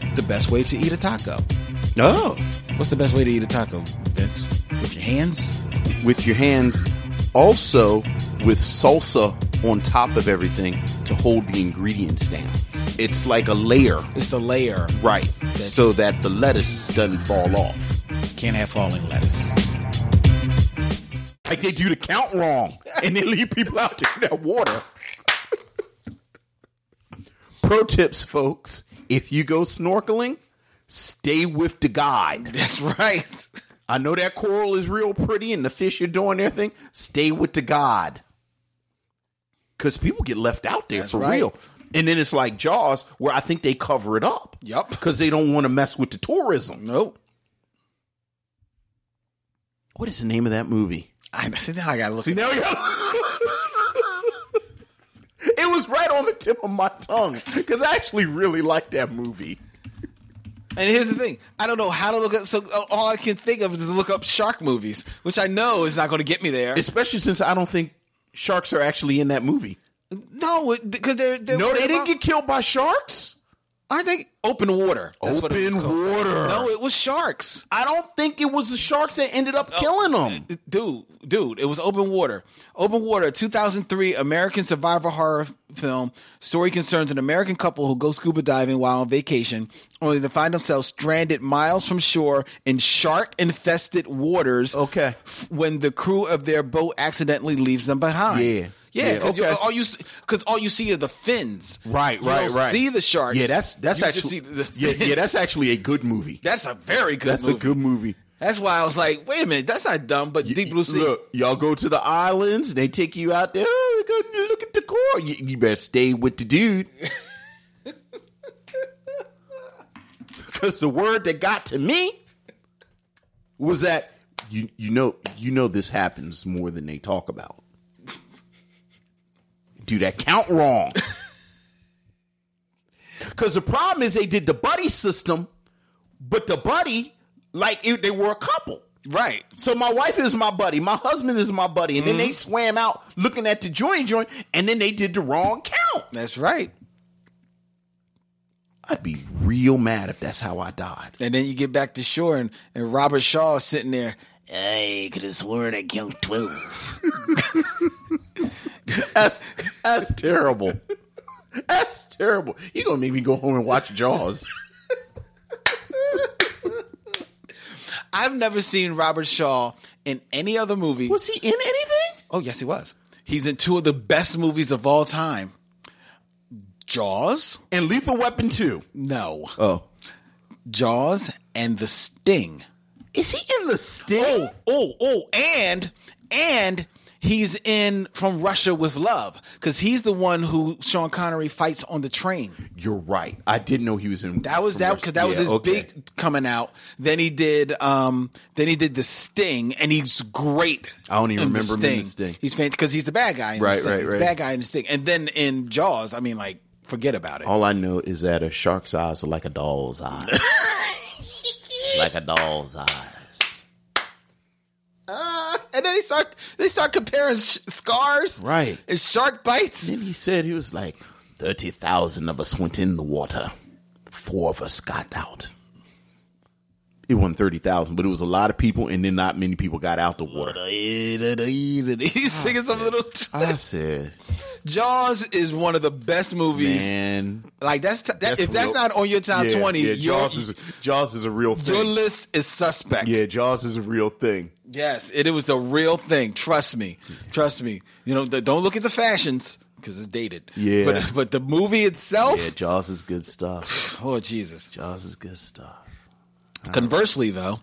the best way to eat a taco.
No.
What's the best way to eat a taco, Vince? With your hands?
With your hands, also with salsa on top of everything to hold the ingredients down. It's like a layer,
It's the layer.
right?
That's-
So that the lettuce doesn't fall off.
Can't have falling lettuce.
Like they do the count wrong, and they leave people out to that water. Pro tips, folks: if you go snorkeling, stay with the guide.
That's right.
I know that coral is real pretty and the fish are doing their thing. Stay with the god. Because people get left out there
That's
for
right.
real. And then it's like Jaws, where I think they cover it up.
Yup.
Because they don't want to mess with the tourism.
Nope.
What is the name of that movie?
I see now I gotta look.
See,
it
now
up.
we go. it was right on the tip of my tongue. Because I actually really like that movie.
And here's the thing: I don't know how to look up. So uh, all I can think of is to look up shark movies, which I know is not going to get me there.
Especially since I don't think sharks are actually in that movie.
no, because they're, they're
No, they
they're
didn't
about-
get killed by sharks.
aren't they open water? That's what it was
Open
called.
water.
No, it was sharks,
I don't think it was the sharks that ended
Oh.
up killing them.
dude. Dude, it was open water. Open water, 2003 American survivor horror film. Story concerns an American couple who go scuba diving while on vacation, only to find themselves stranded miles from shore in shark-infested waters.
Okay.
when the crew of their boat accidentally leaves them behind.
Yeah.
yeah.
Yeah,
Because
okay.
all you because all you see are the fins.
Right,
You
right,
don't
right.
See the sharks.
Yeah, that's that's
You just
actually
see the
yeah, yeah,
fins.
that's actually a good movie.
that's a very good.
that's
movie.
a good movie.
That's why I was like, wait a minute, that's not dumb, but Deep Blue Sea.
Look, y'all go to the islands. They take you out there. Oh, go and look at the coral. You, you better stay with the dude. Because the word that got to me was that you you know you know this happens more than they talk about. Do that count wrong? Because the problem is they did the buddy system, but the buddy like it, they were a couple.
Right.
So my wife is my buddy, my husband is my buddy, and then they swam out looking at the joint joint, and then they did the wrong count.
That's right.
I'd be real mad if that's how I died.
And then you get back to shore and, and Robert Shaw is sitting there. I could have sworn I killed 12.
That's that's terrible. That's terrible. You're gonna make me go home and watch Jaws.
I've never seen Robert Shaw in any other movie.
Was he in anything?
Oh, yes, he was. He's in two of the best movies of all time Jaws?
And Lethal Weapon 2.
No.
Oh.
Jaws and The Sting.
Is he in the sting?
Oh, oh, and and he's in From Russia with Love because he's the one who Sean Connery fights on the train.
You're right. I didn't know he was in
That was
from
that
Russia.
because that was
Yeah,
his
okay.
big coming out. Then he did um then he did the Sting and he's great.
I don't even
in The
remember him in The Sting.
He's fantastic because he's the bad guy. In
Right,
the Sting.
right,
He's
right.
The bad guy in the Sting. And then in Jaws, I mean, like forget about it.
All I know is that a shark's eyes are like a doll's eyes. It's like a doll's eyes.
Ah, And then they start they start comparing sh- scars,
Right.
and shark bites.
Then he said he was like, 30,000 of us went in the water. Four of us got out. It wasn't 30,000, but it was a lot of people, and then not many people got out the water.
He's singing some little.
Ah, I said,
Jaws is one of the best movies.
man.
Like that's, t- that,
that's
if that's
real-
not on your top
Yeah,
twenty,
yeah,
your,
Jaws, is, Jaws is a real thing.
your list is suspect.
yeah, Jaws is a real thing.
Yes, it, it was the real thing. Trust me, trust me. You know, th- don't look at the fashions because it's dated.
Yeah.
but but the movie itself.
Yeah, Jaws is good stuff.
Oh Jesus!
Jaws is good stuff. Uh-huh.
Conversely, though,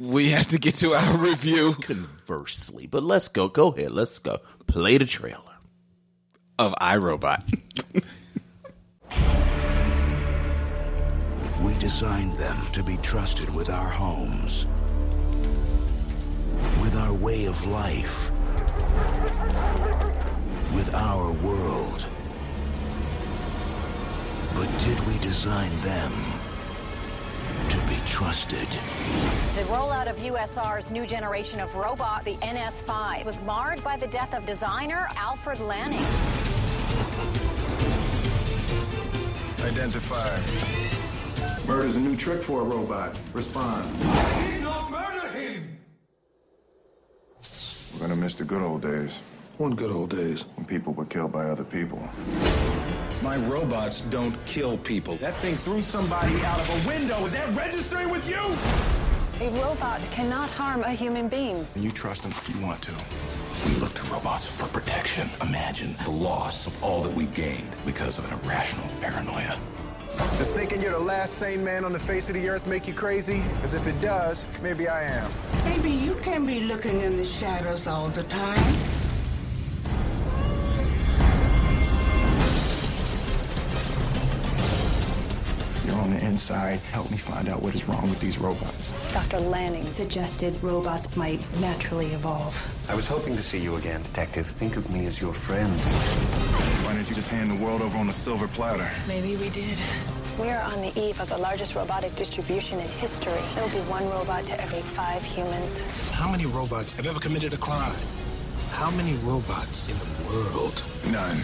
we have to get to our review
Conversely, but let's go. Go ahead. Let's go. Play the trailer.
of iRobot.
We designed them to be trusted with our homes, with our way of life, with our world. But did we design them to be trusted?
The rollout of USR's new generation of robot, the NS5, was marred by the death of designer Alfred Lanning.
Identify. Murder's a new trick for a robot. Respond. He not murder him! We're gonna miss the good old days. When good old days? When people were killed by other people.
My robots don't kill people.
That thing threw somebody out of a window. Is that registering with you?
A robot cannot harm a human being.
And you trust them if you want to.
We look to robots for protection. Imagine the loss of all that we've gained because of an irrational paranoia.
Does thinking you're the last sane man on the face of the earth make you crazy? Because if it does, maybe I am.
Maybe you can be looking in the shadows all the time.
You're on the inside. Help me find out what is wrong with these robots.
Dr. Lanning suggested robots might naturally evolve.
I was hoping to see you again, Detective. Think of me as your friend.
Why didn't you just hand the world over on a silver platter?
Maybe we did.
We are on the eve of the largest robotic distribution in history. There will be one robot to every five humans.
How many robots have ever committed a crime? How many robots in the world?
None.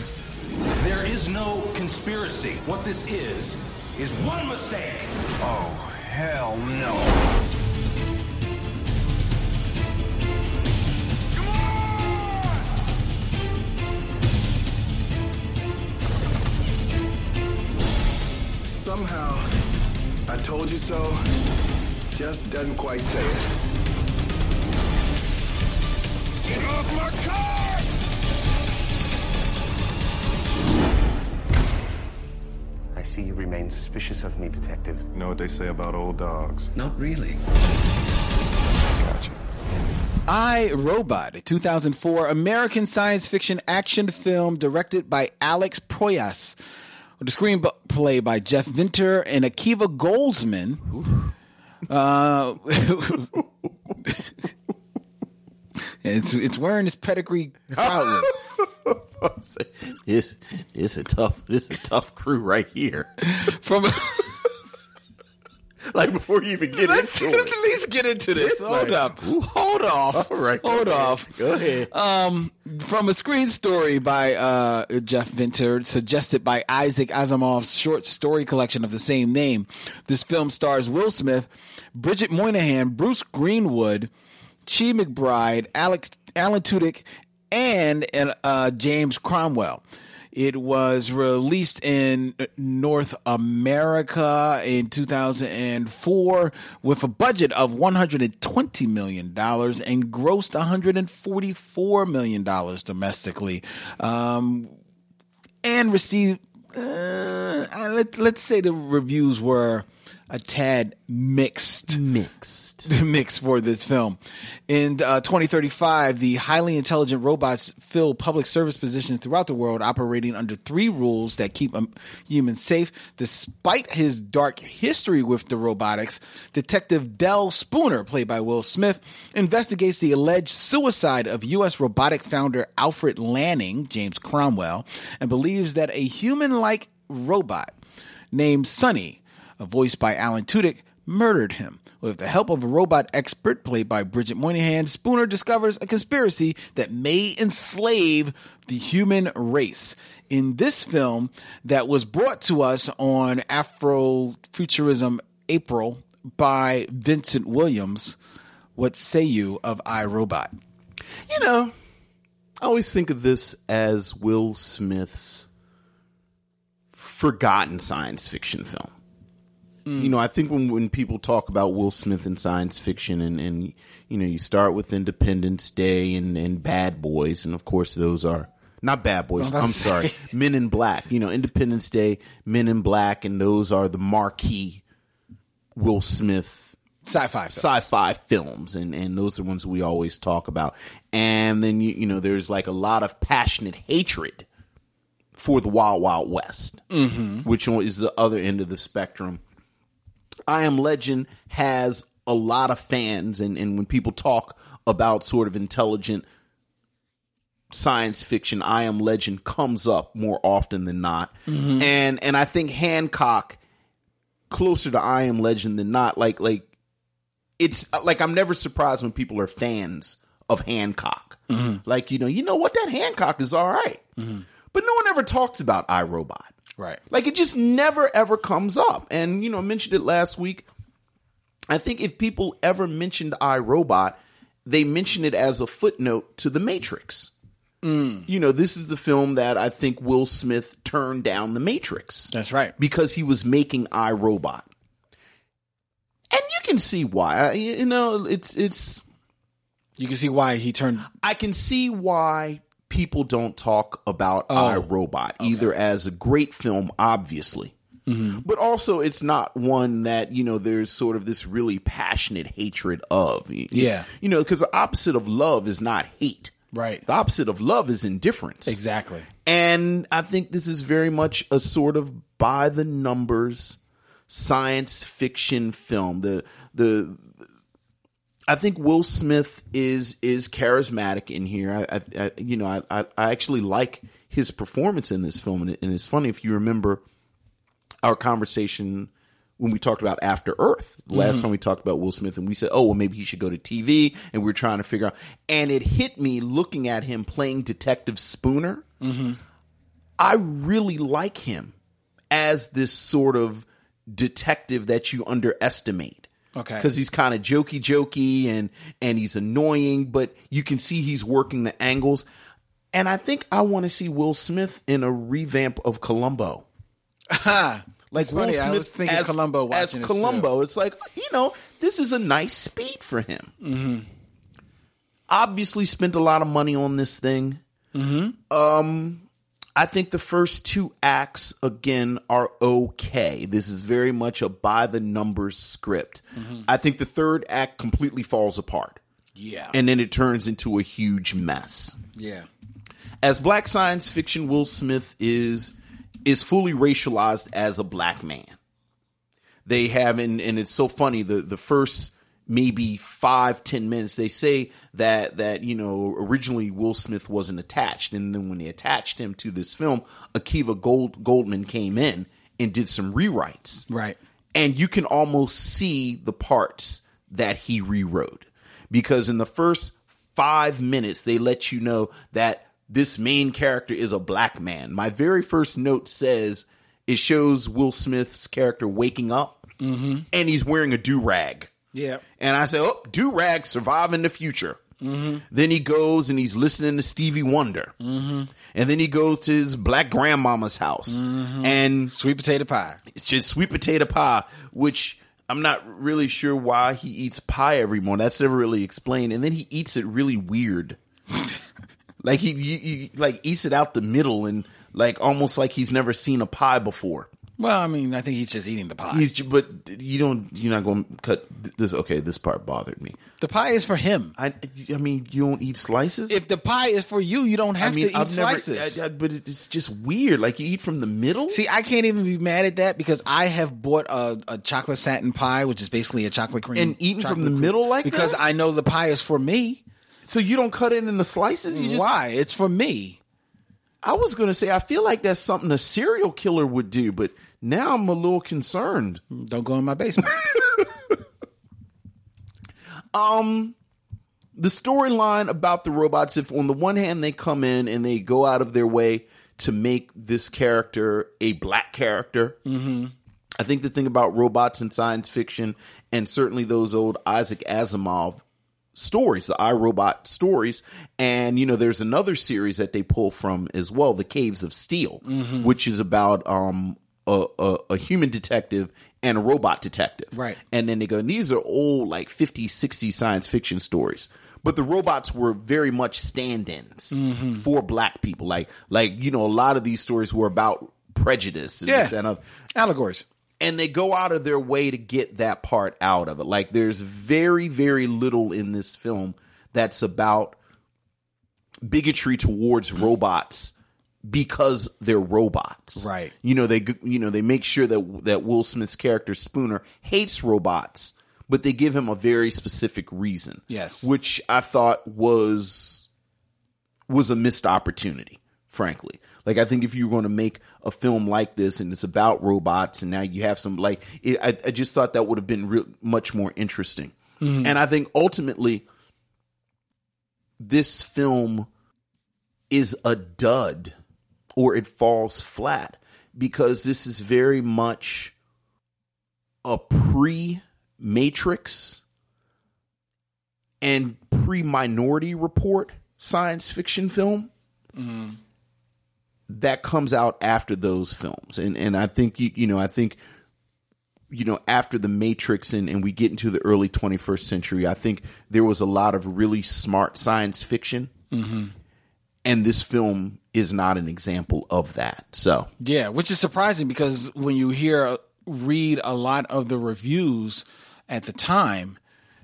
There is no conspiracy. What this is, is one mistake.
Oh, hell no. Somehow, I told you so just doesn't quite say it. Get off my car!
I see you remain suspicious of me, Detective.
You know what they say about old dogs?
Not really.
Gotcha.
I Robot, a 2004 American science fiction action film directed by Alex Proyas. The screenplay by Jeff Vinter and Akiva Goldsman. Uh, it's it's wearing his pedigree proudly.
It's it's a tough it's a tough crew right here.
From
Like before you even get
let's,
into
let's
it.
at least get into this. Hold
like-
up, hold off,
All right, go
hold
ahead.
off.
Go ahead.
um, from a screen story by uh, Jeff Venter, suggested by Isaac Asimov's short story collection of the same name. This film stars Will Smith, Bridget Moynihan, Bruce Greenwood, Chi McBride, Alex Alan Tudyk, and uh, James Cromwell. It was released uh, in uh, North America in 2004 with a budget of $120 million and grossed $144 million domestically um, and received, uh, let, let's say the reviews were a tad mixed
Mixed.
the mix for this film. In uh, 2035, the highly intelligent robots fill public service positions throughout the world, operating under three rules that keep um, humans safe. Despite his dark history with the robotics, Detective Dell Spooner, played by Will Smith, investigates the alleged suicide of U.S. robotic founder Alfred Lanning, James Cromwell, and believes that a human like robot named Sonny, uh, voiced by Alan Tudyk, murdered him. With the help of a robot expert played by Bridget Moynihan, Spooner discovers a conspiracy that may enslave the human race. In this film that was brought to us on Afrofuturism April by Vincent Williams, what say you of iRobot?
You know, I always think of this as Will Smith's forgotten science fiction film. You know, I think when, when people talk about Will Smith and science fiction, and, and you know, you start with Independence Day and, and Bad Boys, and of course, those are not Bad Boys.
I was
I'm sorry, Men in Black. You know, Independence Day, Men in Black, and those are the marquee Will Smith
Sci-fi. stuff.
sci-fi films and and those are the ones we always talk about and then you you know there's like a lot of passionate hatred for the wild wild west mm-hmm. which one is the other end of the spectrum i am legend has a lot of fans and and when people talk about sort of intelligent science fiction i am legend comes up more often than not and and i think hancock closer to i am legend than not like like it's like I'm never surprised when people are fans of Hancock. Like you know, you know what that Hancock is all right. but no one ever talks about iRobot.
Right.
Like it just never ever comes up. And you know, I mentioned it last week. I think if people ever mentioned iRobot, they mention it as a footnote to The Matrix. You know, this is the film that I think Will Smith turned down The Matrix
That's right.
because he was making iRobot. And you can see why. I- You know, it's it's
You can see why he turned
I can see why people don't talk about
Oh.
iRobot either as a great film obviously.
Mm-hmm.
But also it's not one that, you know, there's sort of this really passionate hatred of. Y-
Yeah.
You know, cuz the opposite of love is not hate.
Right.
The opposite of love is indifference.
Exactly.
And I think this is very much a sort of by the numbers science fiction film. The the I think Will Smith is is charismatic in here. I, I, I you know I, I I actually like his performance in this film, and, it, and it's funny if you remember our conversation when we talked about After Earth the last time we talked about Will Smith, and we said, oh well, maybe he should go to TV, and we were trying to figure out. And it hit me looking at him playing Detective Spooner. I really like him as this sort of detective that you underestimate.
Okay.
Because he's kind of jokey jokey and and he's annoying, but you can see he's working the angles. And I think I want to see Will Smith in a revamp of Columbo.
like
Will
funny, I was
Smith
thinking Columbo
as
watching this, too.
Columbo. It's like you know, this is a nice speed for him.
Mm-hmm.
Obviously, spent a lot of money on this thing. Um,
Mm-hmm.
I think the first two acts again are okay. This is very much a by the numbers script.
Mm-hmm.
I think the third act completely falls apart,
Yeah.
and then it turns into a huge mess
yeah.
as black science fiction, Will Smith is is fully racialized as a black man. They have, and, and it's so funny. The the first maybe five ten minutes, they say that that you know originally Will Smith wasn't attached, and then when they attached him to this film, Akiva Gold Goldman came in and did some rewrites
Right.
and you can almost see the parts that he rewrote because in the first five minutes they let you know that this main character is a black man my very first note says it shows will smith's character waking up and he's wearing a do-rag
Mm-hmm. Yeah.
and i say oh do-rag survive in the future
Mm-hmm.
then he goes and he's listening to stevie wonder
Mm-hmm.
and then he goes to his black grandmama's house and
Mm-hmm. Sweet potato pie.
it's just sweet potato pie, which I'm not really sure why he eats pie every morning. That's never really explained. And then he eats it really weird, like he, he, he like eats it out the middle and like almost like he's never seen a pie before.
Well, I mean, I think he's just eating the pie.
He's ju- but you don't you're not going to cut this. Okay, this part bothered me.
the pie is for him.
I I mean you don't eat slices.
If the pie is for you, you don't have
I mean
to eat
I've never-
slices.
I- I- but it's just weird. Like you eat from the middle.
See, I can't even be mad at that because I have bought a, a chocolate satin pie, which is basically a chocolate cream,
And eaten from
chocolate
the
cream-
middle like
because
that?
I know the pie is for me.
so you don't cut it into slices. You just
Why? It's for me.
I was gonna say I feel like that's something a serial killer would do, but now I'm a little concerned.
Don't go in my basement.
Um, the storyline about the robots if on the one hand they come in and they go out of their way to make this character a black character mm-hmm. i think the thing about robots in science fiction and certainly those old isaac asimov stories the irobot stories and you know there's another series that they pull from as well the caves of steel
Mm-hmm.
which is about um a, a, a human detective and a robot detective
Right.
and then they go and these are old like 50 60 science fiction stories but the robots were very much stand-ins
Mm-hmm.
for black people like like you know a lot of these stories were about prejudice and
Yeah.
this and other
Allegories.
and they go out of their way to get that part out of it. Like there's very very little in this film that's about bigotry towards robots because they're robots.
Right.
You know they g- you know they make sure that that Will Smith's character Spooner hates robots, but they give him a very specific reason.
Yes.
Which I thought was was a missed opportunity, frankly. Like I think if you were going to make a film like this and it's about robots and now you have some like it, I, I just thought that would have been real, much more interesting. And I think ultimately this film is a dud or it falls flat because this is very much a pre Matrix and pre Minority Report science fiction film that comes out after those films. And and I think you you know I think you know after the Matrix and and we get into the early 21st century, I think there was a lot of really smart science fiction, and this film is not an example of that. So
Yeah, which is surprising because when you hear read a lot of the reviews at the time,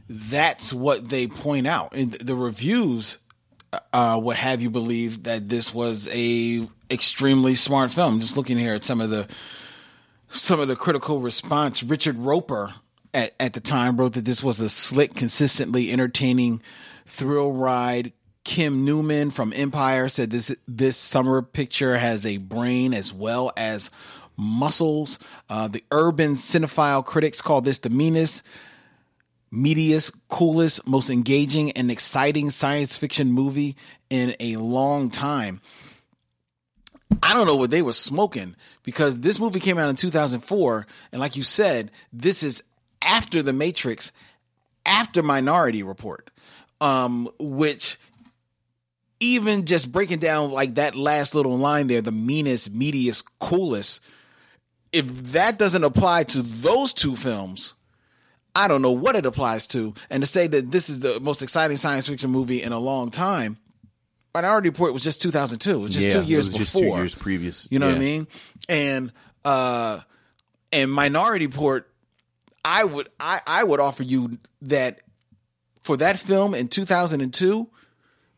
that's what they point out. And the reviews uh, would have you believe that this was a extremely smart film. Just looking here at some of the some of the critical response, Richard Roper at, at the time wrote that this was a slick, consistently entertaining thrill ride. Kim Newman from Empire said this this summer picture has a brain as well as muscles. Uh, the urban cinephile critics called this the meanest, meatiest, coolest, most engaging, and exciting science fiction movie in a long time. I don't know what they were smoking because this movie came out in 2004. And like you said, this is after The Matrix, after Minority Report, um, which even just breaking down like that last little line there, the meanest, meatiest, coolest, if that doesn't apply to those two films, I don't know what it applies to. And to say that this is the most exciting science fiction movie in a long time, Minority Report was just 2002. It was just
Yeah,
two years
it was just two
before.
years previous.
You know what I
Yeah.
mean? And uh and Minority Report, I would I I would offer you that for that film in 2002,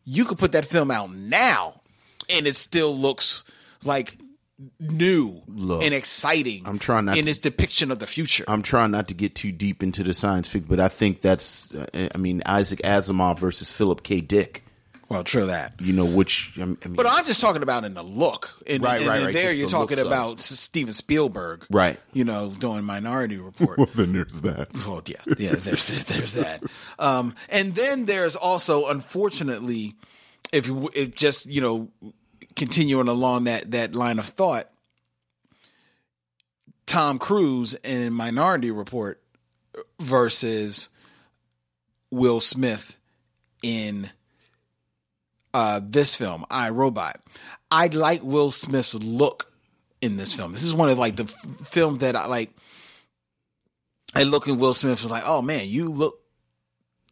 you could put that film out now and it still looks like new and exciting.
I'm trying not
in
to-
its depiction of the future.
I'm trying not to get too deep into the science fiction, but I think that's uh, I mean Isaac Asimov versus Philip K. Dick.
well, true that.
You know which I mean,
But I'm just talking about in the look. In,
Right,
in-
right,
in
right,
There,
just
you're
the
talking
looks of
about S- Steven Spielberg,
Right.
You know, doing Minority Report.
then there's that.
Well, yeah, yeah. There's there's that, um, and then there's also, unfortunately, if you- if just you know continuing along that that line of thought, Tom Cruise in Minority Report versus Will Smith in uh, this film, I Robot. I like Will Smith's look in this film. This is one of like the f- films that I like. I look at Will Smith was like, "Oh man, you look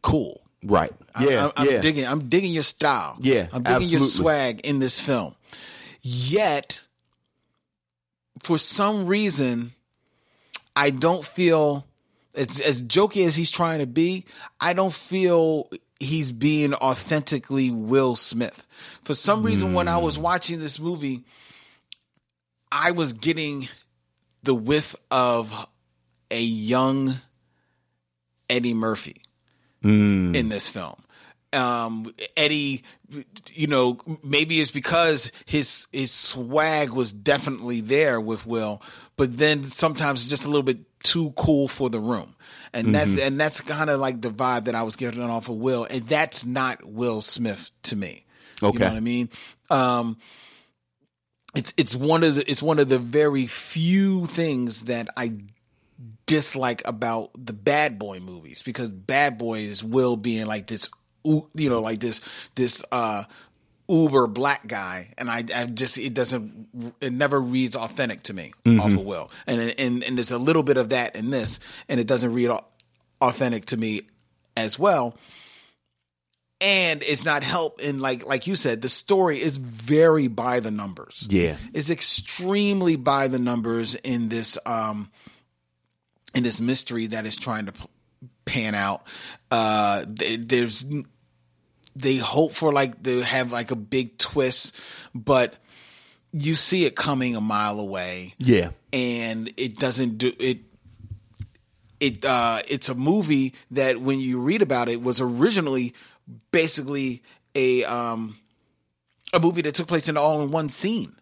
cool.
Right.
I- I'm, I'm digging. I'm digging your style.
Yeah,
I'm digging your
absolutely.
swag in this film." Yet, for some reason, I don't feel it's as jokey as he's trying to be. I don't feel he's being authentically Will Smith. For some reason, when I was
Hmm.
watching this movie, I was getting the whiff of a young Eddie Murphy in this film. Um, Eddie, you know, maybe it's because his his swag was definitely there with Will, but then sometimes just a little bit too cool for the room. And that's and that's kind of like the vibe that I was getting off of Will. And that's not Will Smith to me. You
Okay.
know what I mean? Um it's it's one of the it's one of the very few things that I dislike about the bad boy movies because bad boys will being like this u- you know like this this uh uber black guy and I, I just it doesn't it never reads authentic to me off of will and, and and there's a little bit of that in this and it doesn't read au- authentic to me as well and it's not help in like like you said the story is very by the numbers
Yeah.
is extremely by the numbers in this um in this mystery that is trying to p- pan out uh there, there's they hope for like they have like a big twist but you see it coming a mile away
Yeah.
and it doesn't do it it uh it's a movie that when you read about it was originally basically a um a movie that took place in all in one scene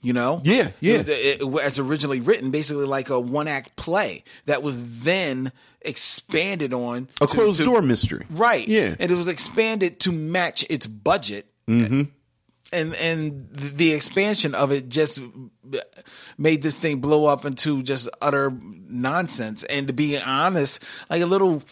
you know
Yeah, yeah.
It- it- it- as originally written basically like a one act play that was then expanded on
A
to-
closed
to-
door mystery.
right
Yeah.
and it was expanded to match its budget and and th- the expansion of it just made this thing blow up into just utter nonsense and to be honest like a little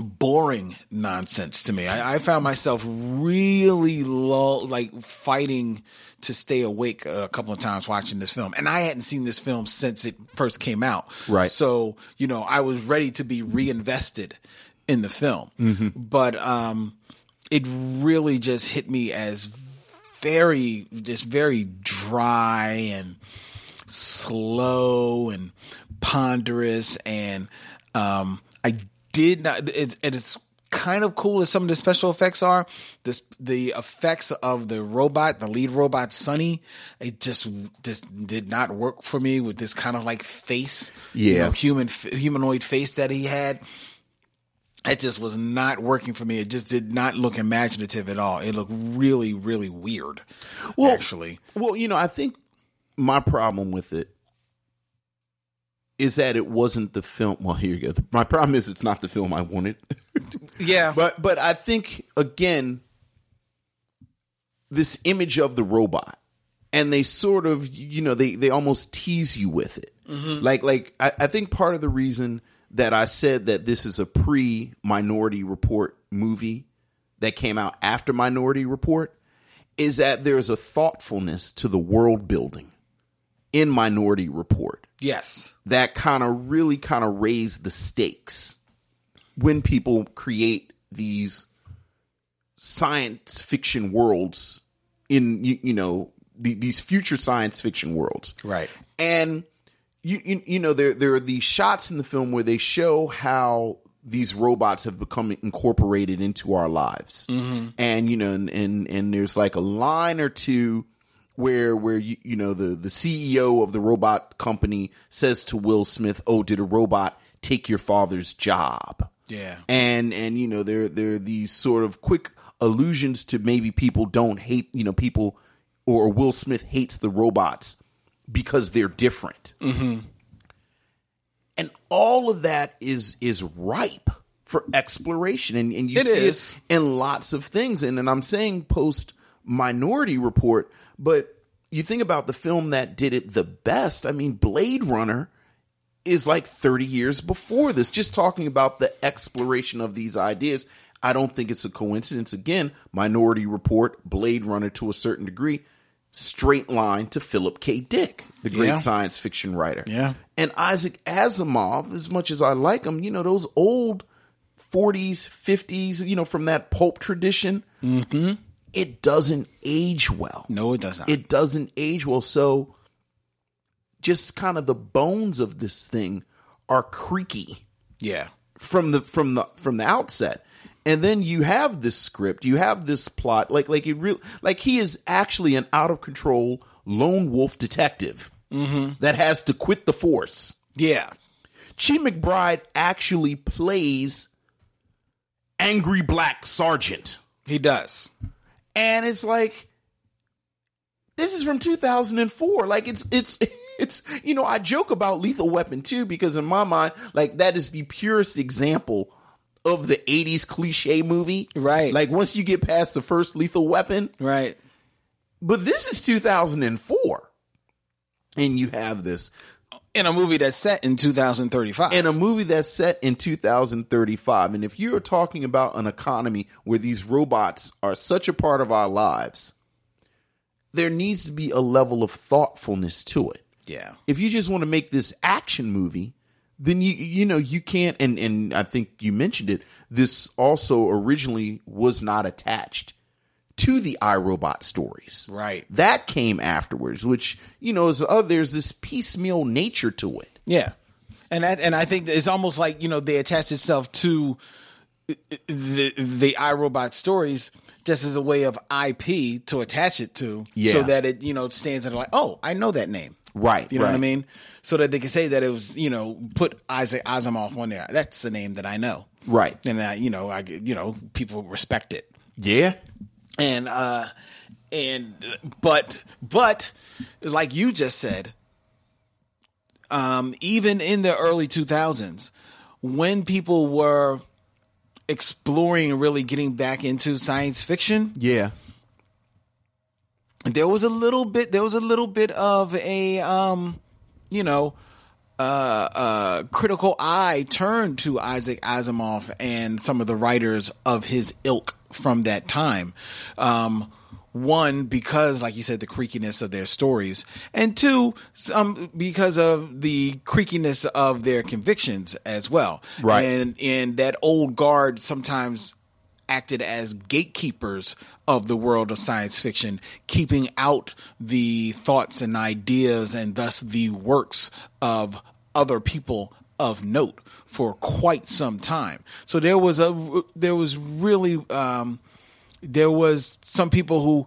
boring nonsense to me i, I found myself really low like fighting to stay awake a couple of times watching this film and i hadn't seen this film since it first came out
Right.
so you know i was ready to be reinvested in the film but um it really just hit me as very just very dry and slow and ponderous and um i did not it, it is kind of cool as some of the special effects are this the effects of the robot the lead robot sunny it just just did not work for me with this kind of like face you
Yeah.
know, human humanoid face that he had it just was not working for me. It just did not look imaginative at all. It looked really, really weird.
Well-
actually,
Well, you know, I think my problem with it is that it wasn't the film. Well, here you go. My problem is it's not the film I wanted.
yeah,
but but I think again, this image of the robot, and they sort of you know they they almost tease you with it. Like like I, I think part of the reason that I said that this is a pre Minority Report movie that came out after Minority Report is that there is a thoughtfulness to the world building in Minority Report
yes,
that kind of really kind of raise the stakes when people create these science fiction worlds in you, you know the, these future science fiction worlds
Right.
and you, you you know there there are these shots in the film where they show how these robots have become incorporated into our lives and you know and, and and there's like a line or two where where you, you know the the CEO of the robot company says to Will Smith oh did a robot take your father's job
Yeah.
and and you know there there are these sort of quick allusions to maybe people don't hate you know people or Will Smith hates the robots because they're different
Mm-hmm.
and all of that is is ripe for exploration and, and you
It
see
is.
it in lots of things and, and i'm saying post minority report but you think about the film that did it the best i mean blade runner is like 30 years before this just talking about the exploration of these ideas i don't think it's a coincidence again minority report blade runner to a certain degree straight line to philip k dick the great
Yeah.
science fiction writer
Yeah.
and Isaac Asimov, as much as I like him, you know, those old 40s, 50s, you know, from that pulp tradition,
Mm-hmm.
it doesn't age well.
no, it does not.
It doesn't age well. So just kind of the bones of this thing are creaky
yeah,
from the from the from the outset. And then you have this script, you have this plot, like like it real like he is actually an out of control lone wolf detective that has to quit the force.
yeah,
Chi McBride actually plays angry black sergeant.
he does.
And it's like this is from 2004. Like it's it's it's you know I joke about Lethal Weapon too because in my mind like that is the purest example of the 80s cliche movie.
Right.
Like once you get past the first Lethal Weapon,
Right.
but this is 2004. And you have this
In a movie that's set in 2035.
in a movie that's set in 2035. And if you're talking about an economy where these robots are such a part of our lives, there needs to be a level of thoughtfulness to it.
yeah.
If you just want to make this action movie, then you you know you can't and and I think you mentioned it. This also originally was not attached to the iRobot stories.
Right.
That came afterwards, which you know is oh there's this piecemeal nature to it.
Yeah, and that, and I think that it's almost like you know they attach itself to the the iRobot stories just as a way of IP to attach it to,
Yeah.
so that it you know stands out like oh I know that name,
Right,
You know what I
right.
mean? So that they can say that it was you know put Isaac Asimov on there. That's the name that I know,
Right.
And I you know I you know people respect it
Yeah.
and uh and but but like you just said um even in the early 2000s when people were exploring and really getting back into science fiction
Yeah.
there was a little bit there was a little bit of a um you know uh uh critical eye turned to Isaac Asimov and some of the writers of his ilk from that time um one because like you said the creakiness of their stories and two um because of the creakiness of their convictions as well
Right.
and and that old guard sometimes acted as gatekeepers of the world of science fiction, keeping out the thoughts and ideas and thus the works of other people of note for quite some time. So there was a there was really um, there was some people who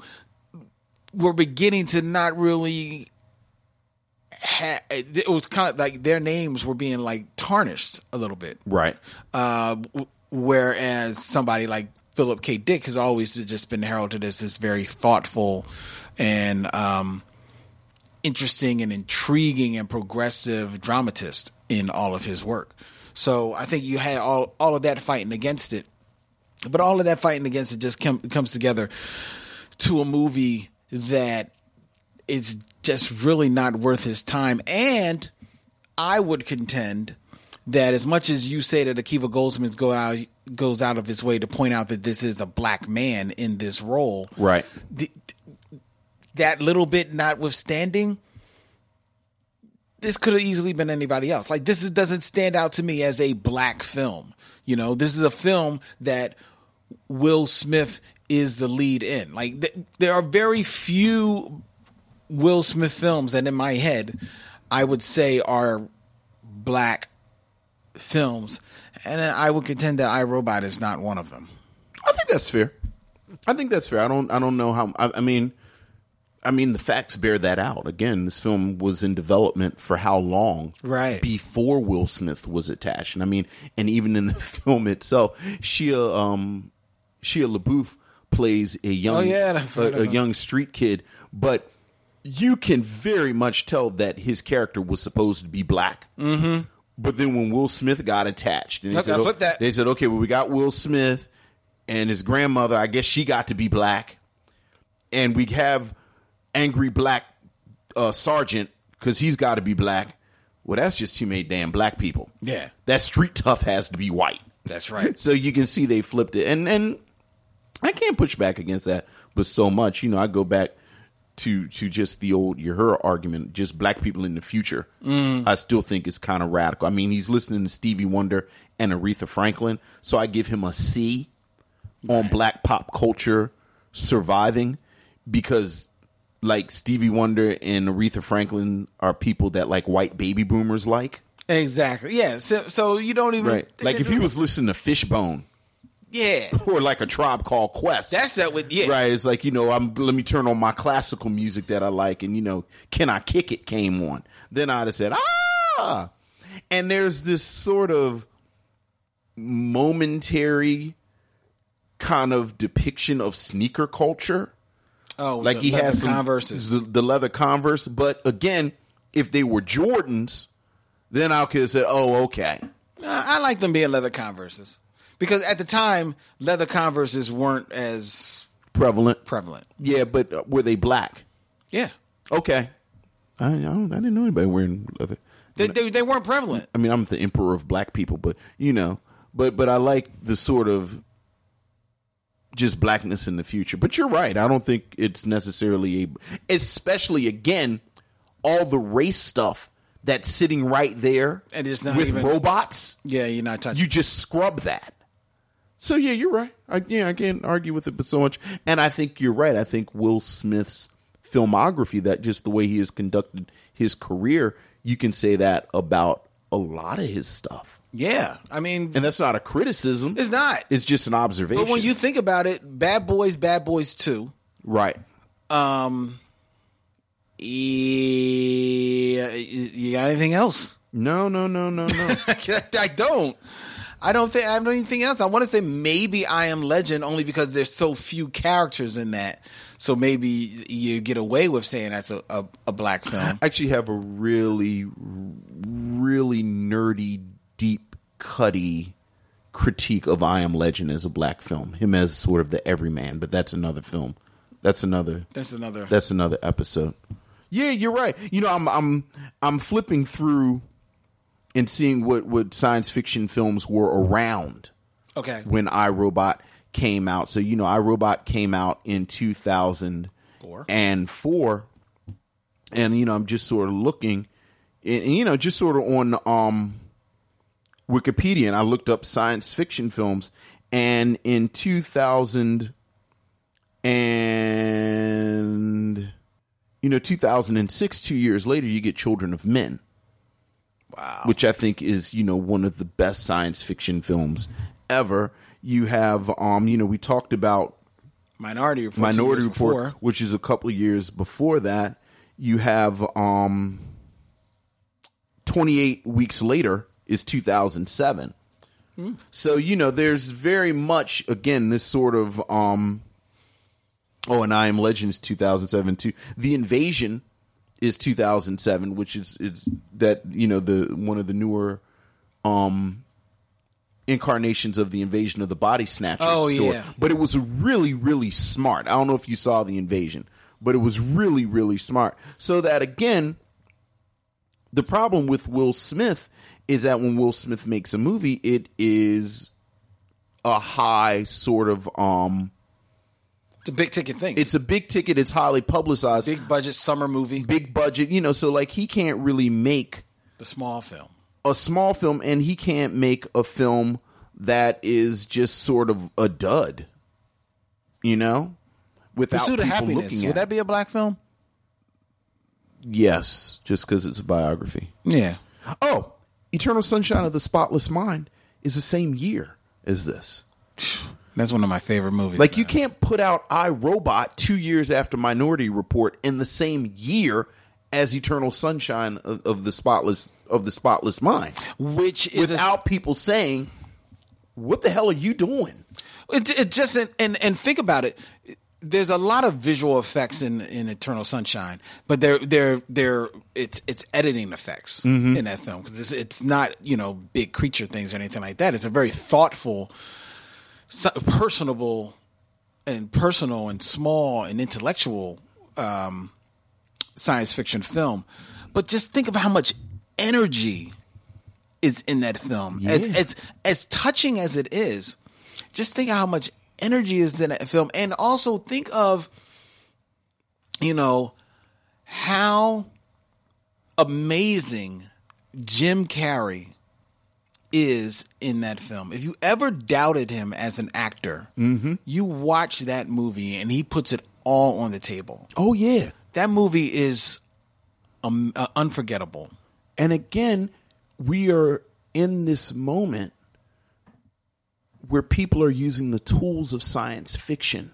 were beginning to not really ha- it was kind of like their names were being like tarnished a little bit
Right.
uh, w- whereas somebody like Philip K. Dick has always just been heralded as this very thoughtful and um, interesting and intriguing and progressive dramatist in all of his work. So I think you had all all of that fighting against it, but all of that fighting against it just com- comes together to a movie that is just really not worth his time. And I would contend that as much as you say that Akiva Goldsman's go out goes out of his way to point out that this is a black man in this role,
Right.
th- th- that little bit notwithstanding, this could have easily been anybody else. Like this is, doesn't stand out to me as a black film. You know, this is a film that Will Smith is the lead in. Like th- there are very few Will Smith films that in my head I would say are black films, and I would contend that I Robot is not one of them.
I think that's fair. I think that's fair. I don't. I don't know how. I, I mean, I mean, the facts bear that out. Again, this film was in development for how long?
Right.
before Will Smith was attached. And I mean, and even in the film itself, Shia um, Shia LaBeouf plays a young
Oh, yeah, I forgot
a- a,
about-
young street kid, but you can very much tell that his character was supposed to be black. Mm-hmm. But then when Will Smith got attached, and they
That's-
said,
I
"Oh,"
put that-
they said, okay, well, we got Will Smith and his grandmother. I guess she got to be black, and we have angry black uh, sergeant because he's got to be black. Well, that's just too many damn black people.
Yeah.
that street tough has to be white.
That's right.
So you can see they flipped it, and and I can't push back against that, but so much. You know, I go back to to just the old your her argument, just black people in the future. I still think it's kind of radical. I mean, he's listening to Stevie Wonder and Aretha Franklin, so I give him a C on black pop culture surviving because like Stevie Wonder and Aretha Franklin are people that like white baby boomers like.
Exactly. Yeah. So, so you don't even
Like if he was listening to Fishbone
yeah.
or like a tribe called Quest.
That's that with yeah.
Right. It's like, you know, I'm let me turn on my classical music that I like and you know, Can I Kick It came on. Then I'd have said, Ah and there's this sort of momentary kind of depiction of sneaker culture
Oh,
like
the
he
leather
has some,
converses.
the, the leather converse but again If they were Jordans, then I could have said, "Oh, okay."
I I like them being leather Converses because at the time leather Converses weren't as
Prevalent.
prevalent.
Yeah, but uh, were they black?
Yeah,
Okay. I, I, don't, I didn't know anybody wearing leather.
they they, they weren't prevalent.
I mean, I'm the emperor of black people, but you know, but but I like the sort of just blackness in the future. But you're right. I don't think it's necessarily a, especially again, all the race stuff that's sitting right there
And it's not
with
even-
robots.
Yeah, you're not touching.
You just scrub that. So yeah, you're right. I, yeah, I can't argue with it, but so much. And I think you're right. I think Will Smith's filmography, that just the way he has conducted his career, you can say that about a lot of his stuff.
yeah, I mean,
And that's not a criticism.
It's not.
It's just an observation.
but when you think about it, Bad Boys, Bad Boys Two.
right,
Um, yeah, you got anything else?
no, no, no, no, no.
I don't. I don't think I have anything else. I want to say maybe I am Legend only because there's so few characters in that. So maybe you get away with saying that's a, a, a black film.
I actually have a really, really nerdy, deep, cutty critique of I Am Legend as a black film. Him as sort of the everyman, but that's another film. That's another.
That's another.
That's another episode. Yeah, you're right. You know, I'm I'm I'm flipping through and seeing what what science fiction films were around
okay.
when iRobot came out. So you know, iRobot came out in two thousand and four, and you know, I'm just sort of looking, and, and, you know, just sort of on um Wikipedia, and I looked up science fiction films, and in two thousand and you know, two thousand and six, two years later, you get Children of Men which I think is you know one of the best science fiction films ever. You have um you know we talked about
Minority Report. two
Minority
years
Report,
before.
which is a couple of years before that. You have um twenty eight weeks later is two thousand seven.
Hmm.
So you know there's very much again this sort of um oh and I Am Legends two thousand seven too the invasion is 2007 which is it's that you know the one of the newer um incarnations of the invasion of the body snatchers
Oh,
story.
yeah.
but it was really really smart i don't know if you saw the invasion but it was really really smart so that again the problem with will smith is that when will smith makes a movie it is a high sort of um
It's a big ticket thing.
it's a big ticket it's highly publicized
big budget summer movie.
big budget, you know, so like he can't really make
The small film.
a small film and he can't make a film that is just sort of a dud. You know? Without
Pursuit of
people
Happiness.
looking
Would
at
that be a black film?
it. Yes, just cuz it's a biography.
Yeah.
Oh, Eternal Sunshine of the Spotless Mind is the same year as this.
That's one of my favorite movies.
Like you
man.
can't put out I Robot 2 years after Minority Report in the same year as Eternal Sunshine of, of the Spotless of the Spotless Mind.
which is a-
without people saying, "What the hell are you doing?"
It, it just and, and and think about it. There's a lot of visual effects in in Eternal Sunshine, but they're they're they're it's it's editing effects in that film because it's, it's not you know big creature things or anything like that. It's a very thoughtful, so- personable, and personal and small and intellectual um, science fiction film. But just think of how much energy is in that film. As, as as touching as it is, just think how much energy is in that film, and also think of, you know, how amazing Jim Carrey is in that film. If you ever doubted him as an actor, you watch that movie and he puts it all on the table.
Oh yeah,
That movie is um, uh, unforgettable.
and again, we are in this moment where people are using the tools of science fiction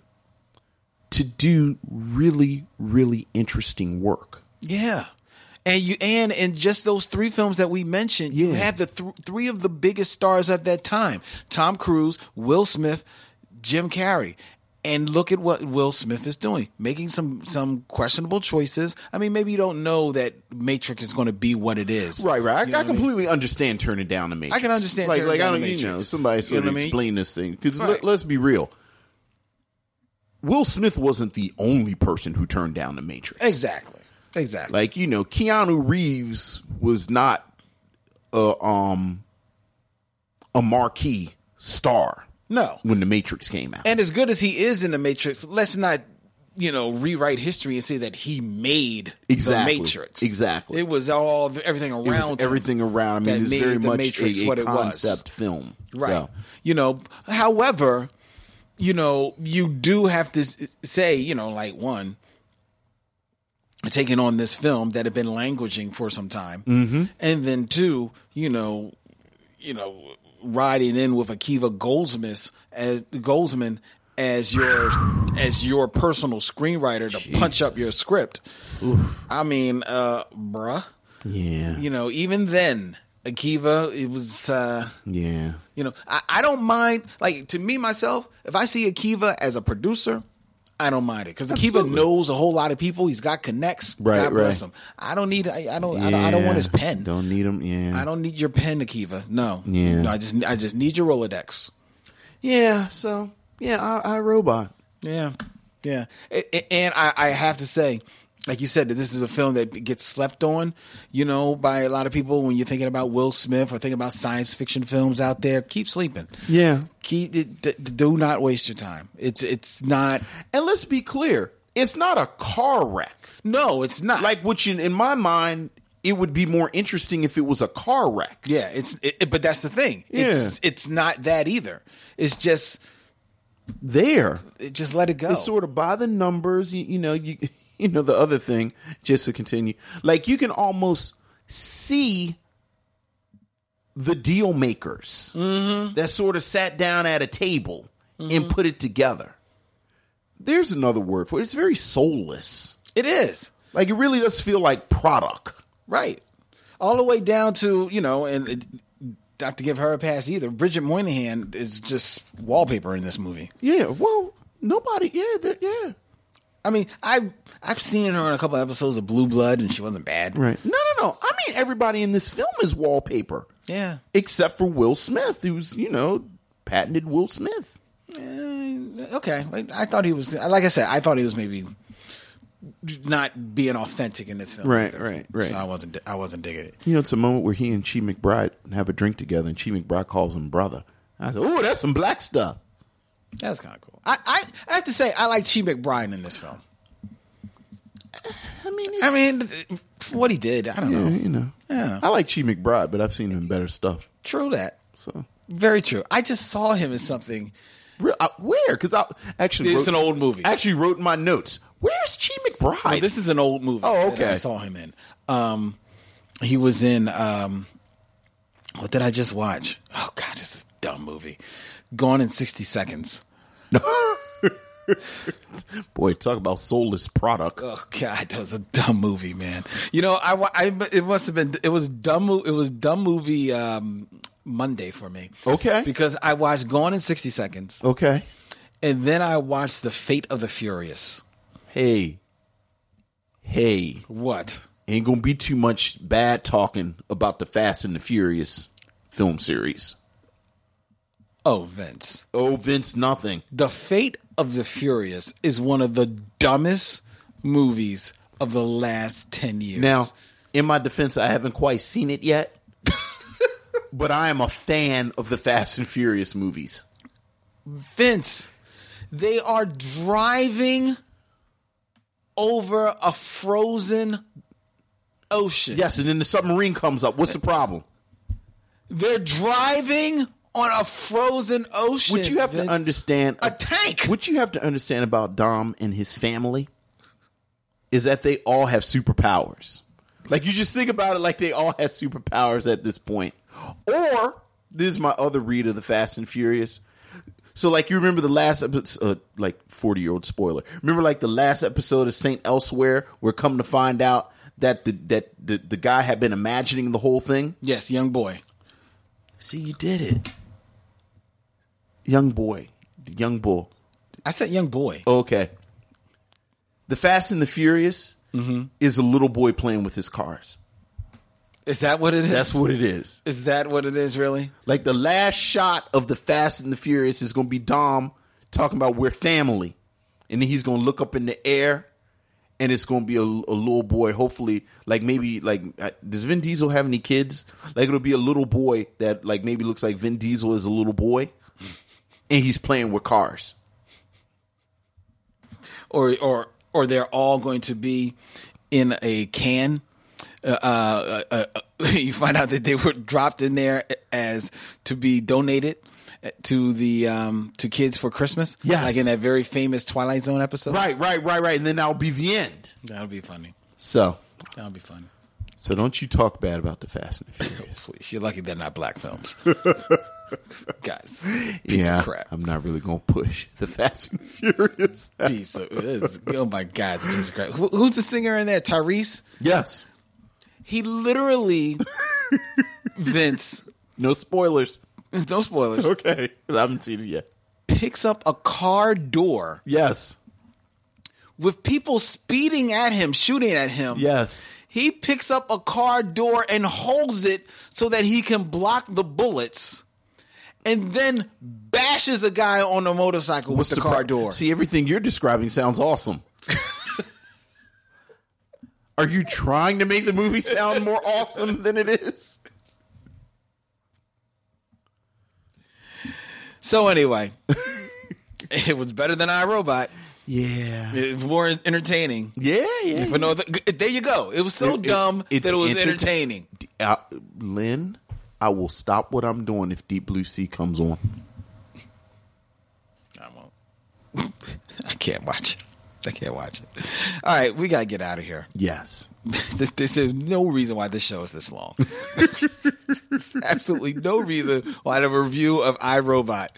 to do really, really interesting work.
Yeah. And you and in just those three films that we mentioned, you
Yeah.
have the th- three of the biggest stars of that time: Tom Cruise, Will Smith, Jim Carrey, and look at what Will Smith is doing, making some some questionable choices. I mean, maybe you don't know that Matrix is going to be what it is.
Right, right. I,
You know
I
what mean?
completely understand turning down the Matrix.
I can understand
like,
turning
like
down
I
the
don't, you
Matrix.
know, somebody
You
sort
know
of
what I mean?
explain this thing because
Right.
let's be real. Will Smith wasn't the only person who turned down the Matrix.
Exactly. Exactly.
Like you know, Keanu Reeves was not a um a marquee star
no.
when the Matrix came out.
And as good as he is in the Matrix, let's not, you know, rewrite history and say that he made
Exactly.
the Matrix.
Exactly.
It was all everything around
it was
him
everything around. I
that
mean, it's
made
very
the
much
Matrix
a, a
what it was.
concept film.
Right.
So,
You know, however, you know, you do have to s- say, you know, like one, taking on this film that had been languishing for some time. Mm-hmm. And then two, you know, you know, riding in with Akiva Goldsmith as Goldsman as your as your personal screenwriter to punch up your script. I mean, uh bruh.
yeah,
You know, even then, Akiva, it was uh
yeah.
you know, I, I don't mind. Like to me myself, if I see Akiva as a producer, I don't mind it because Akiva
Absolutely.
knows a whole lot of people. He's got connects.
Right,
God bless
right.
him. I don't need. I, I don't. I don't. I don't want his
Yeah.
pen.
Don't need him. Yeah,
I don't need your pen, Akiva. No.
Yeah.
No, I just. I just need your Rolodex.
Yeah. So yeah, I, I robot.
Yeah, yeah, A- a- and I, I have to say, like you said, that this is a film that gets slept on, you know, by a lot of people when you're thinking about Will Smith or thinking about science fiction films out there. Keep sleeping.
Yeah.
keep d- d- do not waste your time. It's it's not.
And let's be clear, it's not a car wreck.
No, it's not.
Like which in, in my mind, it would be more interesting if it was a car wreck.
yeah, it's it, it- but that's the thing. It's it's not that either. It's just
There.
it, just let it go.
It's sort of by the numbers, you, you know, you you know the other thing, just to continue. Like you can almost see the deal makers that sort of sat down at a table and put it together. There's another word for it. It's very soulless.
it is.
Like it really does feel like product.
Right. All the way down to, you know, and it, not to give her a pass either, Bridget Moynihan is just wallpaper in this movie.
Yeah. Well, nobody. Yeah. they're- Yeah.
I mean, I I've seen her in a couple episodes of Blue Blood and she wasn't bad.
No, no, no. I mean, everybody in this film is wallpaper,
Yeah.
except for Will Smith, who's you know patented Will Smith.
Eh, okay. I, I thought he was like I said, I thought he was maybe not being authentic in this film.
Right,
either.
right, right.
So I wasn't I wasn't digging it.
You know, it's a moment where he and Chi McBride have a drink together, and Chi McBride calls him brother. I said, "Oh, that's some black stuff."
That was kind of cool. I, I I have to say I like Chi McBride in this film.
I mean,
I mean, for what he did, I don't know.
you know,
Yeah.
I like Chi McBride, but I've seen him in better stuff.
True that.
So,
Very true. I just saw him in something.
Real, I, where? Because I actually
It's an old movie.
I actually wrote in my notes. Where's Chi McBride?
Oh, this is an old movie.
Oh,
that
okay.
I saw him in. Um, he was in. Um, what did I just watch? Oh God, this is a dumb movie. Gone in sixty seconds.
boy talk about soulless product.
Oh God, that was a dumb movie, man. You know, I, wa- I it must have been it was dumb mo- it was dumb movie um, Monday for me.
Okay.
because I watched Gone in sixty seconds,
Okay.
and then I watched The Fate of the Furious.
Hey, hey,
What?
ain't gonna be too much bad talking about the Fast and the Furious film series.
Oh, Vince.
Oh, Vince, nothing.
The Fate of the Furious is one of the dumbest movies of the last 10 years.
Now, in my defense, I haven't quite seen it yet, but I am a fan of the Fast and Furious movies.
Vince, they are driving over a frozen ocean.
Yes, and then the submarine comes up. What's the problem?
They're driving on a frozen ocean.
What you have
Vince.
to understand
A tank!
What you have to understand about Dom and his family is that they all have superpowers. Like you just think about it like they all have superpowers at this point. Or this is my other read of the Fast and Furious. So like you remember the last episode, uh, like forty year old spoiler. Remember like the last episode of Saint Elsewhere, where come to find out that the that the, the guy had been imagining the whole thing.
Yes, young boy.
See, you did it. Young boy. Young bull. Oh,
I said young boy.
Okay. The Fast and the Furious is a little boy playing with his cars.
Is that what it is?
That's what it is.
Is that what it is? Really?
Like the last shot of the Fast and the Furious is going to be Dom talking about we're family, and then he's going to look up in the air, and it's going to be a, a little boy. Hopefully, like maybe like uh, does Vin Diesel have any kids? Like it'll be a little boy that like maybe looks like Vin Diesel is a little boy, and he's playing with cars.
Or or or they're all going to be in a can. Uh, uh, uh, uh, you find out that they were dropped in there as to be donated to the um, to kids for Christmas.
Yes.
like in that very famous Twilight Zone episode.
Right, right, right, right, and then that'll be the end.
That would be funny.
So,
That would be funny.
so don't you talk bad about the Fast and the Furious.
Please, you're lucky they're not black films. Guys, piece
yeah,
of crap.
I'm not really gonna push the Fast and Furious.
piece of, it is- oh my God, it's a piece of crap. Who, who's the singer in there? Tyrese.
yes,
He literally, Vince.
no spoilers.
No spoilers.
Okay, I haven't seen it yet.
Picks up a car door
Yes,
with people speeding at him, shooting at him.
yes,
He picks up a car door and holds it so that he can block the bullets, and then bashes the guy on the motorcycle with the car
Surpri-
door.
See, everything you're describing sounds awesome. Are you trying to make the movie sound more awesome than it is?
So anyway, it was better than iRobot.
Yeah,
It was more entertaining.
yeah, yeah.
For no other, there you go. It was
It-
so
it-
dumb
it's
that it was
enter-
entertaining.
uh, Lynn, I will stop what I'm doing if Deep Blue Sea comes on.
I won't. I can't watch it. I can't watch it. All right, we gotta get out of here.
Yes.
There's, there's- there's no reason why this show is this long. Absolutely no reason why the review of iRobot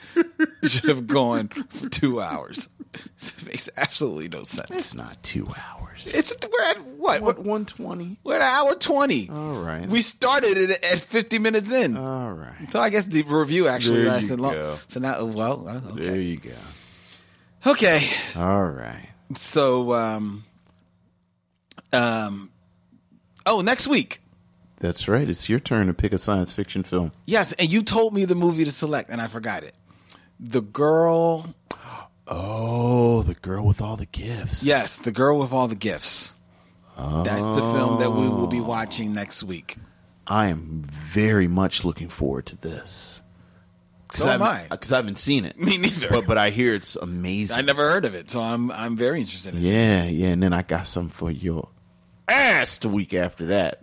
should have gone for two hours. It makes absolutely no sense.
It's not two hours.
It's we're at what?
What, 120?
We're at an hour twenty.
All right.
We started it at fifty minutes in.
All right.
So I guess the review actually
There you
lasted long.
go.
So now, well, uh, okay.
you go.
Okay.
All right.
So, um, um, oh, next week.
That's right. It's your turn to pick a science fiction film.
Yes, and you told me the movie to select, and I forgot it. The girl.
Oh, the girl with all the gifts.
Yes, the girl with all the gifts. That's the film that we will be watching next week.
I am very much looking forward to this.
So am I.
Because I haven't seen it.
Me neither.
But, but I hear it's amazing.
I never heard of it, so I'm I'm very interested in it.
Yeah, yeah, and then I got some for your ass the week after that.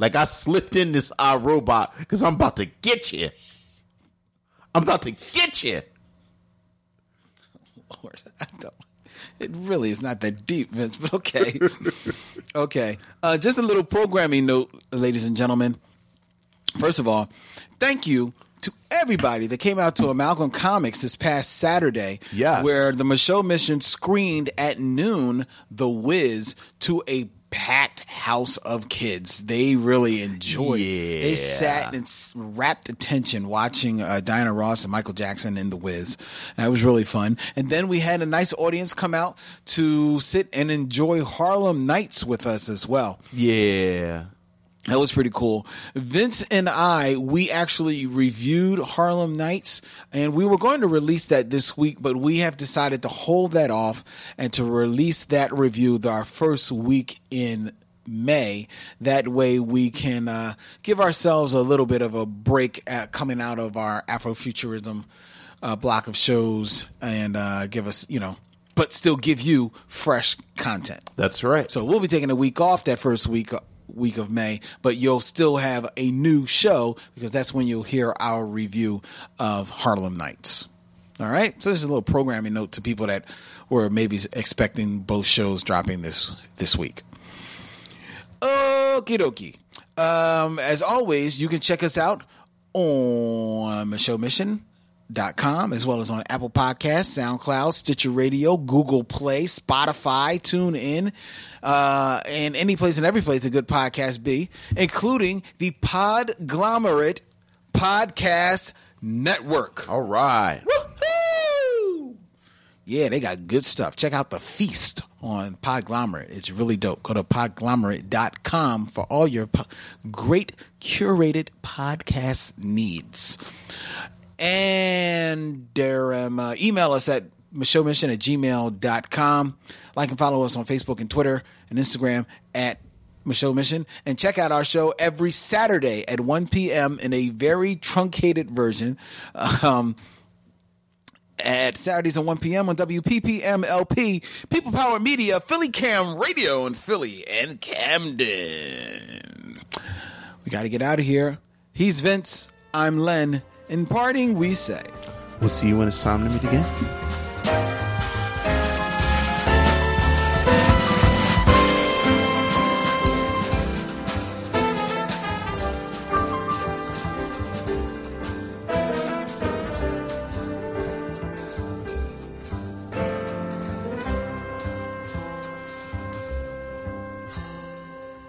Like I slipped in this iRobot because I'm about to get you. I'm about to get you.
Lord, I don't. It really is not that deep, Vince. But okay, okay. Uh, just a little programming note, ladies and gentlemen. First of all, thank you to everybody that came out to Amalgam Comics this past Saturday.
Yes.
Where the Michelle Mission screened at noon The Wiz to a packed house of kids. They really enjoyed it. They sat in s- rapt attention watching uh, Diana Ross and Michael Jackson in The Wiz. That was really fun. And then we had a nice audience come out to sit and enjoy Harlem Nights with us as well.
Yeah.
That was pretty cool. Vince and I, we actually reviewed Harlem Nights and we were going to release that this week, but we have decided to hold that off and to release that review the- our first week in May. That way we can uh, give ourselves a little bit of a break at coming out of our Afrofuturism uh, block of shows and uh, give us, you know, but still give you fresh content.
That's right.
So we'll be taking a week off that first week week of May, but you'll still have a new show because that's when you'll hear our review of Harlem Nights. All right. So this is a little programming note to people that were maybe expecting both shows dropping this this week. Okie dokie. Um, as always, you can check us out on showmission.com as well as on Apple Podcasts, SoundCloud, Stitcher Radio, Google Play, Spotify, TuneIn, uh, and any place and every place a good podcast be, including the Podglomerate Podcast Network.
All right.
Woohoo! Yeah, they got good stuff. Check out The Feast on Podglomerate. It's really dope. Go to podglomerate.com for all your po- great curated podcast needs. And um, uh, email us at showmission at gmail.com. Like and follow us on Facebook and Twitter and Instagram at Michelle Mission. And check out our show every Saturday at 1 p.m. in a very truncated version. Um, at Saturdays at 1 p.m. on WPPMLP, People Power Media, Philly Cam Radio in Philly and Camden. We got to get out of here. He's Vince. I'm Len. In parting, we say.
We'll see you when it's time to meet again.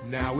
Now